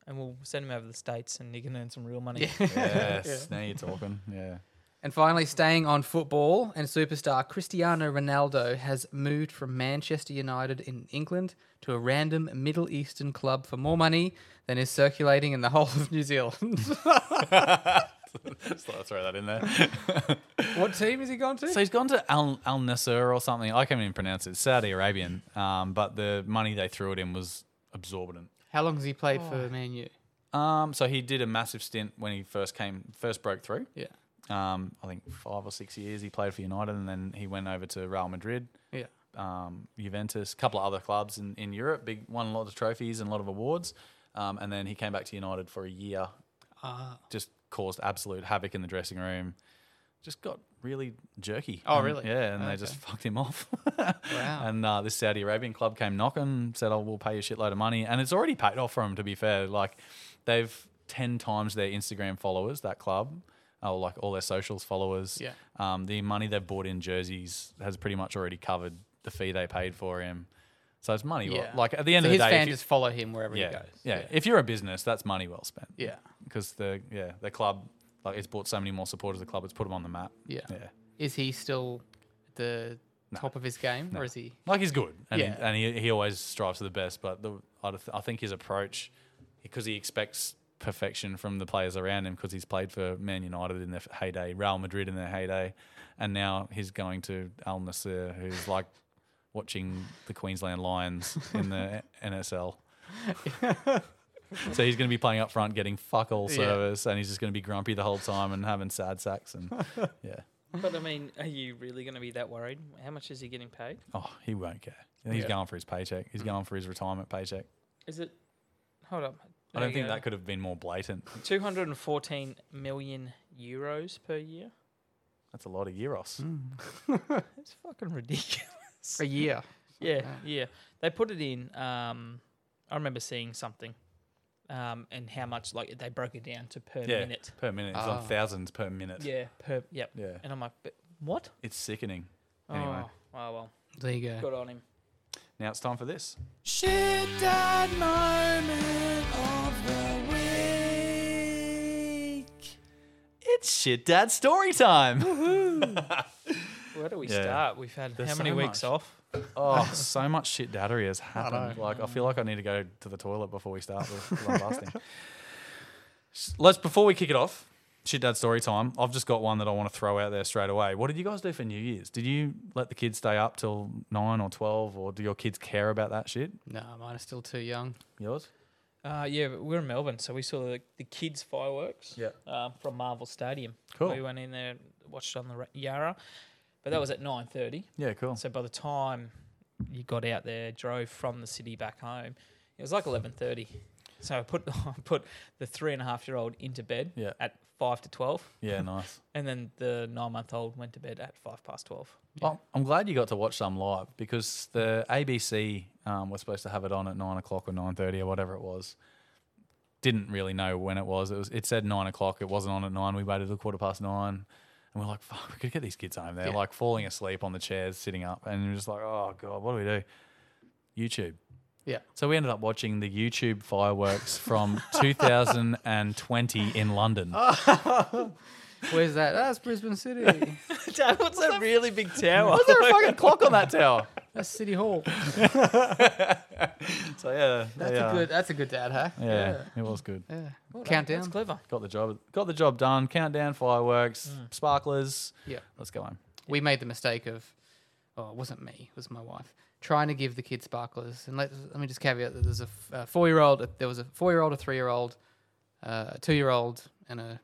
and we'll send him over to the states, and he can earn some real money. Yes. Now you're talking. Yeah. And finally, staying on football and superstar Cristiano Ronaldo has moved from Manchester United in England to a random Middle Eastern club for more money than is circulating in the whole of New Zealand. *laughs* *laughs* Just thought I'd throw that in there. what team has he gone to? so he's gone to Al Al Nasser or something. I can't even pronounce it. Saudi Arabian. Um, but the money they threw at him was absorbent. How long has he played for Man U? Um, so he did a massive stint when he first came, first broke through. Yeah, Um, I think five or six years he played for United, and then he went over to Real Madrid, yeah. um, Juventus, a couple of other clubs in, in Europe. Big won a lot of trophies and a lot of awards. Um, and then he came back to United for a year. Ah. Just caused absolute havoc in the dressing room. Just got really jerky. Oh, And- really? Yeah, and Okay. they just fucked him off. *laughs* Wow. And uh, this Saudi Arabian club came knocking, said, "Oh, we'll pay you a shitload of money," and it's already paid off for him. To be fair, like they've ten times their Instagram followers. That club, uh, or like all their socials followers. Yeah. Um, the money they've bought in jerseys has pretty much already covered the fee they paid for him. So it's money. well- Yeah. like at the end So of the his day, if fans you- just follow him wherever yeah, he goes. yeah, If you're a business, that's money well spent. Yeah. Because the yeah the club like it's brought so many more supporters. The club it's put them on the map. Yeah. Yeah. Is he still at the top of his game, or is he? Like he's good, and, Yeah. he, and he, he always strives for the best. But the, I, th- I think his approach, because he expects perfection from the players around him, because he's played for Man United in their heyday, Real Madrid in their heyday, and now he's going to Al Nasser, who's like watching the Queensland Lions in *laughs* the NSL. so he's going to be playing up front, getting fuck all service, and he's just going to be grumpy the whole time and having sad sacks. And *laughs* yeah, But I mean, are you really going to be that worried? How much is he getting paid? oh, he won't care. He's Yeah. Mm. going for his paycheck. He's going for his retirement paycheck. Is it? Hold up. I don't think that could have been more blatant. Two hundred and fourteen million euros per year. That's a lot of euros. Mm. It's fucking ridiculous. A year. Yeah, yeah. They put it in. Um, I remember seeing something. um, and how much like they broke it down to per yeah, minute. per minute. It's on Ah. thousands per minute. Yeah, per yep. Yeah. And I'm like, but what? It's sickening. Anyway, Oh, oh well, There you go. good on him. now it's time for this. Shit dad moment of the week. It's shit dad story time. Where do we Yeah. start? We've had There's how many so weeks much. off? oh, *laughs* so much shit daddery has happened. like I feel like I need to go to the toilet before we start with long lasting. S- Let's before we kick it off, shit dad story time. I've just got one that I want to throw out there straight away. What did you guys do for New Year's? Did you let the kids stay up till nine or twelve, or do your kids care about that shit? No, mine are still too young. Yours? Uh, yeah, but we're in Melbourne, so we saw the, the kids' fireworks. Yeah. Uh, from Marvel Stadium. Cool. We went in there, and watched on the ra- Yarra, but that was at nine thirty. Yeah, cool. So by the time you got out there, drove from the city back home, it was like eleven thirty. So I put *laughs* I put the three and a half year old into bed Yeah. at five to twelve, Yeah, nice. and then the nine month old went to bed at five past twelve. Well, I'm glad you got to watch some live because the ABC um, was supposed to have it on at nine o'clock or nine thirty or whatever it was. Didn't really know when it was. It was. It said nine o'clock. It wasn't on at nine. We waited till quarter past nine, and we're like, "Fuck, we could get these kids home." They're Yeah. like falling asleep on the chairs, sitting up, and you're just like, "Oh god, what do we do?" YouTube. Yeah. So we ended up watching the YouTube fireworks *laughs* from 2020 in London. Where's that? That's *laughs* Brisbane City. *laughs* Dad, what's that really big tower? Was there a fucking clock on that tower? That's City Hall. So yeah, That's they, uh, a good. That's a good dad hack. Yeah, it was good. Yeah. That's Countdown. clever. Got the job. Got the job done. Countdown, fireworks, sparklers. Yeah. Let's go home. We made the mistake of, oh, it wasn't me, it was my wife, trying to give the kids sparklers. And let, let me just caveat that there's a, f- a four-year-old, there was a four-year-old, a three-year-old, uh, a two-year-old, and a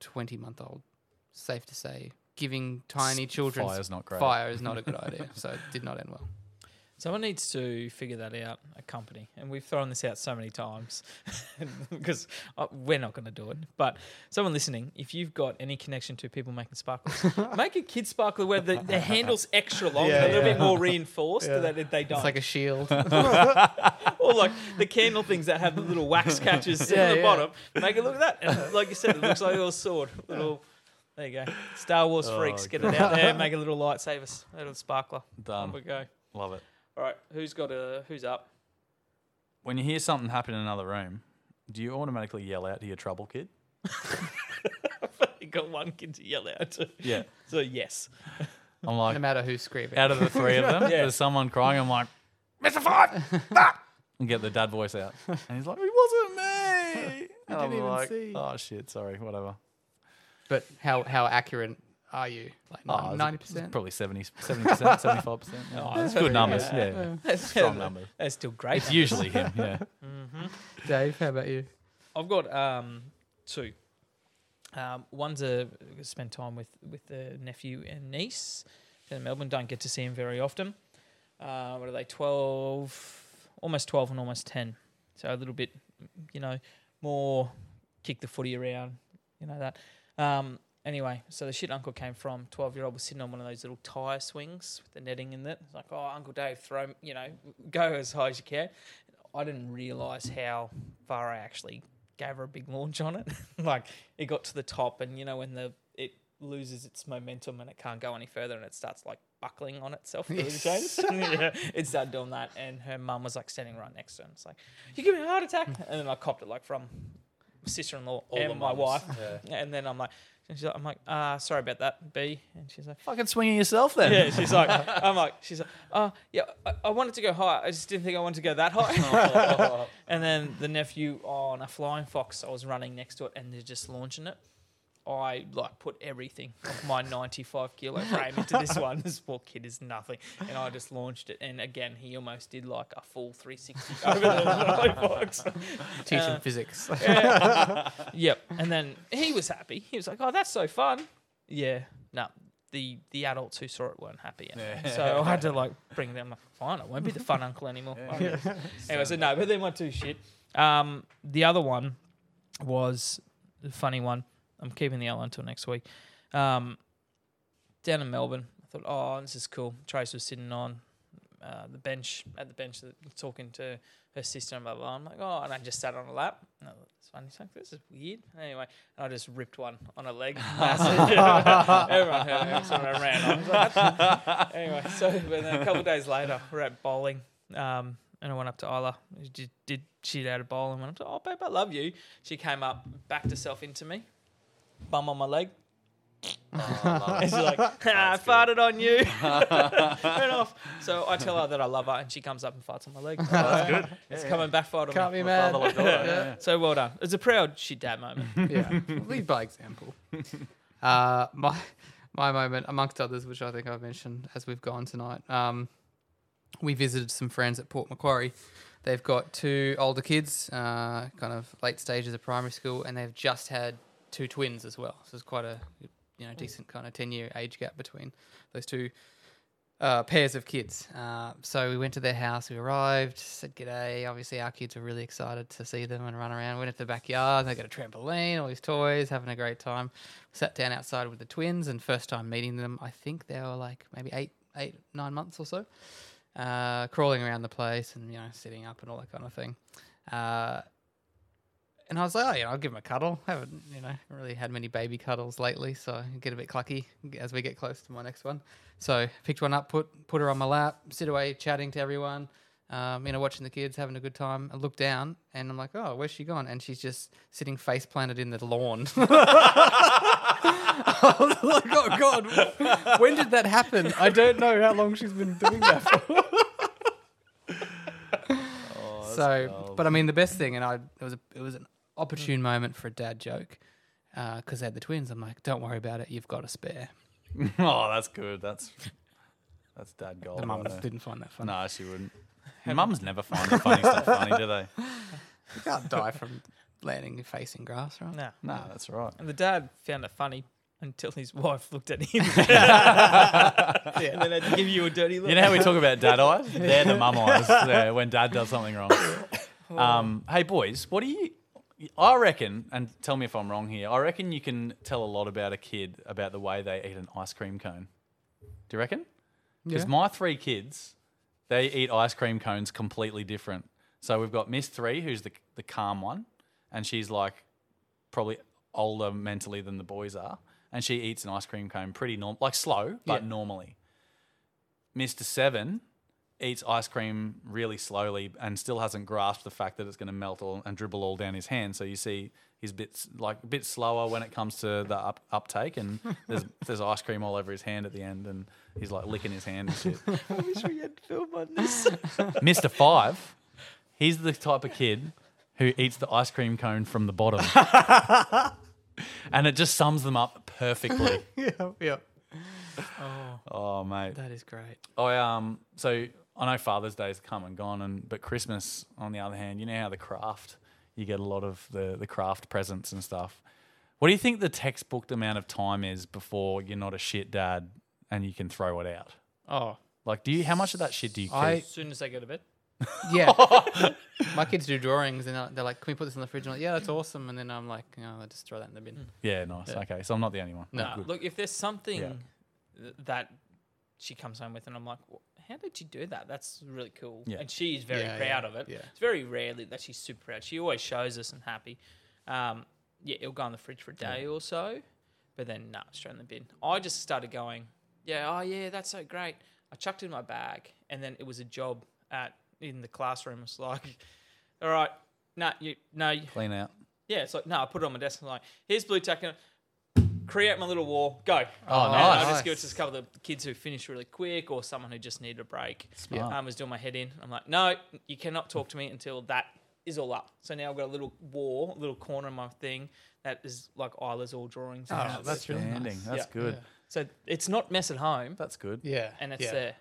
twenty-month-old. Safe to say, giving tiny children fire's not great. Fire is *laughs* not a good idea, so it did not end well. Someone needs to figure that out, a company. And we've thrown this out so many times *laughs* because uh, we're not going to do it. But someone listening, if you've got any connection to people *laughs* making sparklers, make a kid sparkler where the, the handle's extra long, a little bit more reinforced, so that it- they don't. It's like *laughs* a shield. or like the candle things that have the *laughs* little wax catches Yeah, at the yeah. bottom. Make it look at that. And like you said, it looks like a little sword. Little. There you go. Star Wars Oh, freaks, get it out *laughs* there, make a little lightsaber, s- little sparkler. Done. There we go. Love it. All right, who's got a who's up? When you hear something happen in another room, do you automatically yell out to your trouble kid? You *laughs* got one kid to yell out. *laughs* To. Yeah. So yes. I'm no *laughs* like, matter who's screaming. out of the three of them, Yeah. there's someone crying. I'm like, Mister Five, fuck!" and get the dad voice out, and he's like, it wasn't me. And I'm didn't even like, see. oh shit, sorry, whatever. But how how accurate are you? Oh, Like ninety percent. probably 70 percent, seventy five percent. That's good numbers. Yeah, That's strong numbers. That's still great. Mm-hmm. It's usually him. Yeah. Dave, how about you? I've got um two. Um, one's a spend time with with the nephew and niece in Melbourne. Don't get to see him very often. Uh, what are they? Twelve, almost twelve, and almost ten. So a little bit, you know, more kick the footy around, you know that. Um, anyway, so the shit uncle came from. Twelve year old was sitting on one of those little tire swings with the netting in it. It's like, oh, Uncle Dave, throw, m- you know, go as high as you can. I didn't realize how far I actually gave her a big launch on it. *laughs* like it got to the top, and you know when the it loses its momentum and it can't go any further, and it starts like buckling on *laughs* itself. through the chains. *laughs* yeah, it started doing that, and her mum was like standing right next to him. It's like, you giving me a heart attack, and then I copped it like from sister-in-law the and my mums, wife, and then I'm like, and she's like, I'm like, uh, sorry about that, B, and she's like. Fucking swinging yourself then. Yeah, she's like, I'm like, she's like, oh yeah, I, I wanted to go high. I just didn't think I wanted to go that high. and then the nephew on a flying fox, I was running next to it, and they're just launching it. I like put everything of my 95 kilo frame into this one. This poor kid is nothing, and I just launched it. And again, he almost did like a full 360 *laughs* over the flying fox. Teaching physics. Yep. And then he was happy. He was like, "Oh, that's so fun." Yeah. No, the the adults who saw it weren't happy. Anyway. So I had to like bring them. Like, Fine, I won't be the fun uncle anymore. Yeah. Anyway, so no, but they're my two shit. Um, the other one was a funny one. I'm keeping the other one until next week. Um, down in Melbourne, I thought, "Oh, this is cool." Trace was sitting on uh, the bench at the bench that, talking to her sister and blah blah. blah. I'm like, oh, and I just sat on her lap. No, it's funny. He's like, this is weird. Anyway, and I just ripped one on her leg. Massive. *laughs* Everyone heard me. That's when I ran. I was like, "That's-" *laughs* anyway, so but then a couple of days later, we're at bowling. Um, and I went up to Isla. She did, did shit out of bowl and went up to, oh babe, I love you. She came up, backed herself into me, bum on my leg. Oh, And she's like, "Ah, I farted on you. *laughs* Went off. So I tell her that I love her, and she comes up and farts on my leg. that's good. It's coming back farted Can't on be me. mad. Father like daughter, yeah. So well done. It's a proud shit dad *laughs* moment. yeah, lead by example. *laughs* Uh, my my moment, amongst others, which I think I've mentioned as we've gone tonight. Um, we visited some friends at Port Macquarie. They've got two older kids, uh, kind of late stages of primary school, and they've just had two twins as well. So it's quite a you know decent kind of ten year age gap between those two uh, pairs of kids. Uh, so we went to their house. We arrived, said g'day. Obviously, our kids were really excited to see them and run around. Went into the backyard. They got a trampoline, all these toys, having a great time. Sat down outside with the twins, and first time meeting them. I think they were like maybe eight, eight, nine months or so. Uh, crawling around the place and you know sitting up and all that kind of thing. Uh, and I was like, oh, yeah, I'll give him a cuddle. I haven't, you know, really had many baby cuddles lately, so I get a bit clucky as we get close to my next one. So picked one up, put put her on my lap, sit away chatting to everyone, um, you know, watching the kids, having a good time. I look down and I'm like, oh, where's she gone? And she's just sitting face planted in the lawn. *laughs* I was like, oh god, when did that happen? I don't know how long she's been doing that for. so, but I mean, the best thing, and I it was a, it was an opportune moment for a dad joke because they had the twins. I'm like, don't worry about it, you've got a spare. oh, that's good. That's that's dad gold. The mum right there. didn't find that funny. No, she wouldn't. Mums never find the funny stuff funny, do they? You can't die from landing facing grass, right? Nah. No, that's right. And the dad found it funny until his wife looked at him. And then had to give you a dirty look. You know how we talk about dad eyes? They're the mum eyes yeah, when dad does something wrong. Um, hey, boys, what do you. I reckon, and tell me if I'm wrong here, I reckon you can tell a lot about a kid about the way they eat an ice cream cone. Do you reckon? Because my three kids, they eat ice cream cones completely different. So we've got Miss Three, who's the, the calm one, and she's like probably older mentally than the boys are. And she eats an ice cream cone pretty normal, like slow, but Yeah. normally. Mr. Seven eats ice cream really slowly and still hasn't grasped the fact that it's going to melt all and dribble all down his hand. So you see he's a bit s- like a bit slower when it comes to the up, uptake, and *laughs* there's there's ice cream all over his hand at the end, and he's like licking his hand and shit. *laughs* I wish we had film on this. *laughs* Mr. Five, he's the type of kid who eats the ice cream cone from the bottom. and it just sums them up perfectly. *laughs* yeah, yeah. Oh, mate. That is great. I um so I know Father's Day's come and gone and but Christmas on the other hand, you know how the craft you get a lot of the the craft presents and stuff. What do you think the textbook amount of time is before you're not a shit dad and you can throw it out? Oh, Like do you how much of that shit do you keep? I As soon as they go to bed. *laughs* yeah. My kids do drawings, and they're- they're like, "Can we put this in the fridge?" I'm like, "Yeah, that's awesome." And then I'm like, "No, I just throw that in the bin." yeah, nice. Okay. So I'm not the only one. No. Good. Look, if there's something Yeah. th- that she comes home with, and I'm like, "Wha- how did you do that? That's really cool. Yeah. And she's very Yeah, proud yeah, of it. yeah. It's very rarely that she's super proud. She always shows us and happy. Um, yeah, it'll go in the fridge for a day or so, but then nah, straight in the bin. I just started going, yeah, oh yeah, that's so great. I chucked it in my bag, and then it was a job at in the classroom. It's like, *laughs* all right, no, you, no, you, Clean out. yeah, it's like, no, I put it on my desk and I'm like, here's blue tack. and Create my little wall. Go. Oh, And nice. I just give it to a couple of the kids who finish really quick or someone who just needed a break. Smart. Um, was doing my head in. I'm like, no, you cannot talk to me until that is all up. So now I've got a little wall, a little corner of my thing that is like Isla's all drawings. and shit. that's really Standing. nice. That's Yeah. good. so it's not mess at home, That's good. Yeah, and it's yeah. there.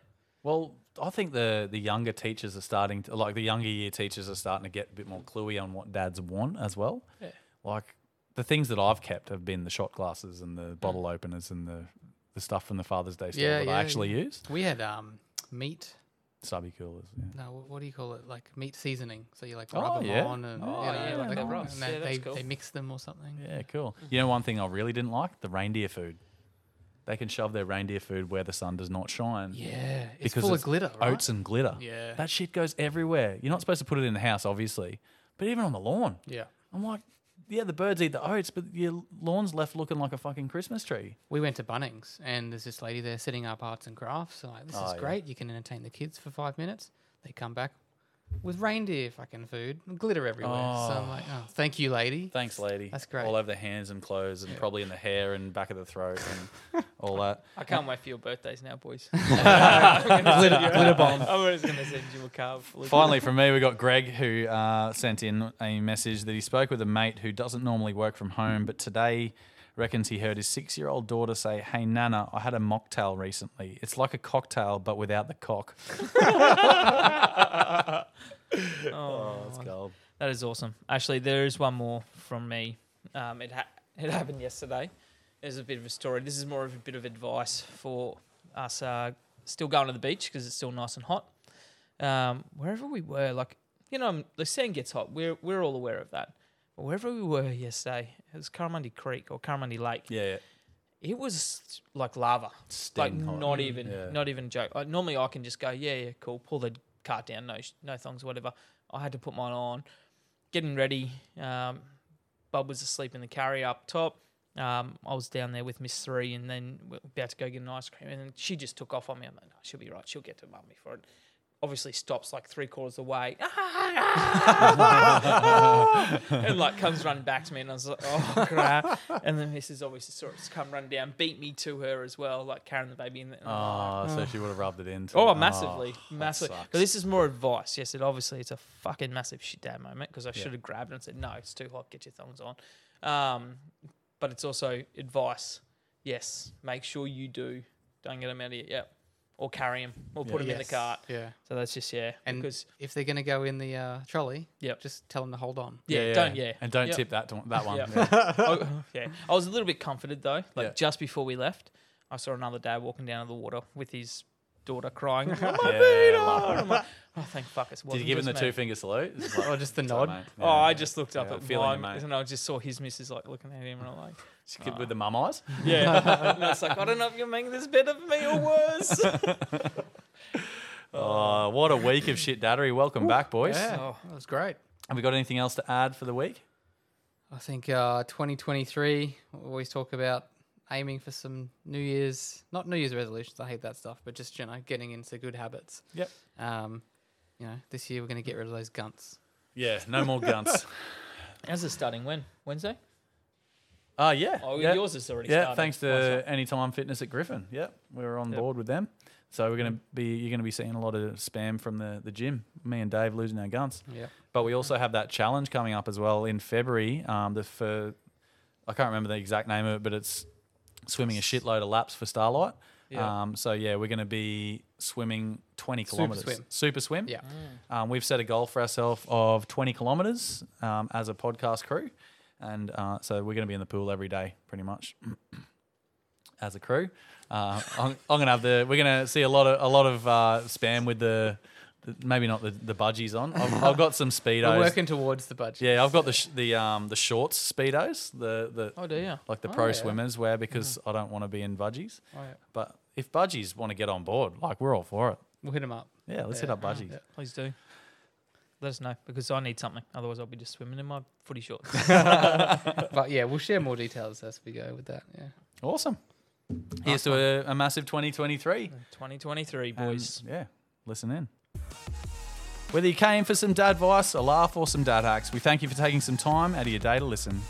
Well, I think the the younger teachers are starting to like the younger year teachers are starting to get a bit more cluey on what dads want as well. Yeah. Like the things that I've kept have been the shot glasses and the bottle openers and the the stuff from the Father's Day store Yeah, that yeah, I actually use. We had um meat. Subby coolers. Yeah. No, wh- what do you call it? Like meat seasoning. So you like Oh, rub them yeah. on and Oh, you know, yeah, like, yeah, and nice. they, Yeah, that's they, cool. they mix them or something. Yeah, cool. You know one thing I really didn't like? The reindeer food. they can shove their reindeer food where the sun does not shine. Yeah, it's because full it's of glitter. Right? oats and glitter. Yeah. that shit goes everywhere. You're not supposed to put it in the house, obviously, but even on the lawn. yeah. I'm like, yeah, the birds eat the oats, but your lawn's left looking like a fucking Christmas tree. We went to Bunnings and there's this lady there setting up arts and crafts. And like, this Oh, is yeah. great. You can entertain the kids for five minutes. They come back with reindeer fucking food, and glitter everywhere. So I'm like, oh, thank you, lady. Thanks, lady. That's great. All over the hands and clothes, and probably in the hair and back of the throat *laughs* and all that. I can't wait for your birthdays now, boys. *laughs* glitter, glitter *laughs* bomb. I was going to send you a card. full of- Finally, from me, we got Greg, who uh, sent in a message that he spoke with a mate who doesn't normally work from home, but today reckons he heard his six year old daughter say, Hey, Nana, I had a mocktail recently. It's like a cocktail, but without the cock. *laughs* *laughs* oh, that's gold. That is awesome. Actually, there is one more from me. Um, it ha- it happened yesterday. There's a bit of a story. This is more of a bit of advice for us uh, still going to the beach because it's still nice and hot. Um, wherever we were, like you know, um, the sand gets hot. We're we're all aware of that. But wherever we were yesterday, it was Karamundi Creek or Karamundi Lake. Yeah, yeah. It was like lava. Sting like hot. not even Yeah. not even a joke. Like, normally I can just go, yeah, yeah, cool, pull the cart down, no sh- no thongs, whatever. I had to put mine on, getting ready. Um, Bub was asleep in the carry up top. Um, I was down there with Miss Three, and then we we're about to go get an ice cream, and then she just took off on me. I'm like, no, she'll be right. She'll get to mummy for it. Obviously, stops like three quarters away, and like comes running back to me, and I was like, oh crap! and then Mrs. obviously saw it come run down, beat me to her as well, like carrying the baby in. The, and I'm like, Oh, so she would have rubbed it in. too. Mm. Oh, massively, massively. sucks. But this is more advice. Yes, it obviously it's a fucking massive shit damn moment because I should have grabbed it and said, "No, it's too hot. Get your thongs on." Um, but it's also advice. Yes, make sure you do. Don't get them out of yet. Yep. Or carry them, or put them in the Yes, cart. Yeah. So that's just yeah. And because if they're going to go in the uh, trolley, Yep. just tell them to hold on. yeah, don't yeah. And don't Yep. *laughs* tip that to, that one. Yep. Yeah. *laughs* Oh, yeah. I was a little bit comforted though. Like Yeah. just before we left, I saw another dad walking down to the water with his daughter crying. "My Yeah, feet I love *laughs* are-" it. I'm like, *laughs* oh, thank fuck! It's Did you give him the two finger salute? It's like, Or just the "Sorry, nod. mate." Oh, Yeah, I yeah. just looked up Yeah, at feeling you, mine mate. and I just saw his missus like looking at him and I'm like, *laughs* Just give- With the mum eyes? yeah. *laughs* and it's like, I don't know if you're making this better for me *laughs* or worse. Oh, what a week of shit daddery. Welcome back, boys. Oh, that was great. Have we got anything else to add for the week? I think uh, 2023, we always talk about aiming for some New Year's, not New Year's resolutions, I hate that stuff, but just, you know, getting into good habits. Yep. Um, you know, this year we're going to get rid of those guns. Yeah, no more *laughs* guns. How's it starting? When? Wednesday? Ah, yeah. Oh, yeah. yours is already Yeah, started. thanks Mine's to Anytime Fitness at Griffin. Yeah, we were on Yep. board with them. So we're gonna be you're gonna be seeing a lot of spam from the the gym. Me and Dave losing our guns. Yeah. But we also have that challenge coming up as well in February. Um, the for I can't remember the exact name of it, but it's swimming a shitload of laps for Starlight. Yeah. Um, so yeah, we're going to be swimming 20 kilometers. swim. Super swim. Yeah. Um, we've set a goal for ourselves of 20 kilometers um, as a podcast crew, and uh, so we're going to be in the pool every day, pretty much. *clears throat* As a crew, uh, I'm, I'm gonna have the. We're gonna see a lot of a lot of uh, spam with the, the maybe not the, the budgies on. I've, I've got some speedos. We're working towards the budget. Yeah, I've got the sh- the um the shorts speedos, the the Oh, do you? like the pro yeah. swimmers wear because I don't want to be in budgies. Oh, But if budgies want to get on board, like we're all for it. We'll hit them up. Yeah, let's hit up budgies. Please do. Let us know because I need something. Otherwise, I'll be just swimming in my footy shorts. *laughs* But yeah, we'll share more details as we go with that. Yeah. Awesome. Here's to a, a massive 2023. 2023, And, boys. yeah, listen in. Whether you came for some dad advice, a laugh, or some dad hacks, we thank you for taking some time out of your day to listen.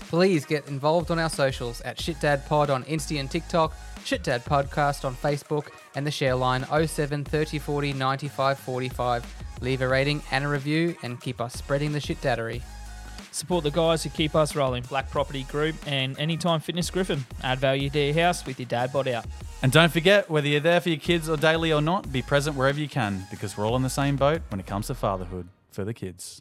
Please get involved on our socials at ShitDadPod on Insta and TikTok, ShitDad Podcast on Facebook, and the share line 07 30 40 95 45. Leave a rating and a review and keep us spreading the shitdaddery. Support the guys who keep us rolling Black Property Group and Anytime Fitness Griffin. Add value to your house with your dad bod out. And don't forget, whether you're there for your kids or daily or not, be present wherever you can because we're all in the same boat when it comes to fatherhood for the kids.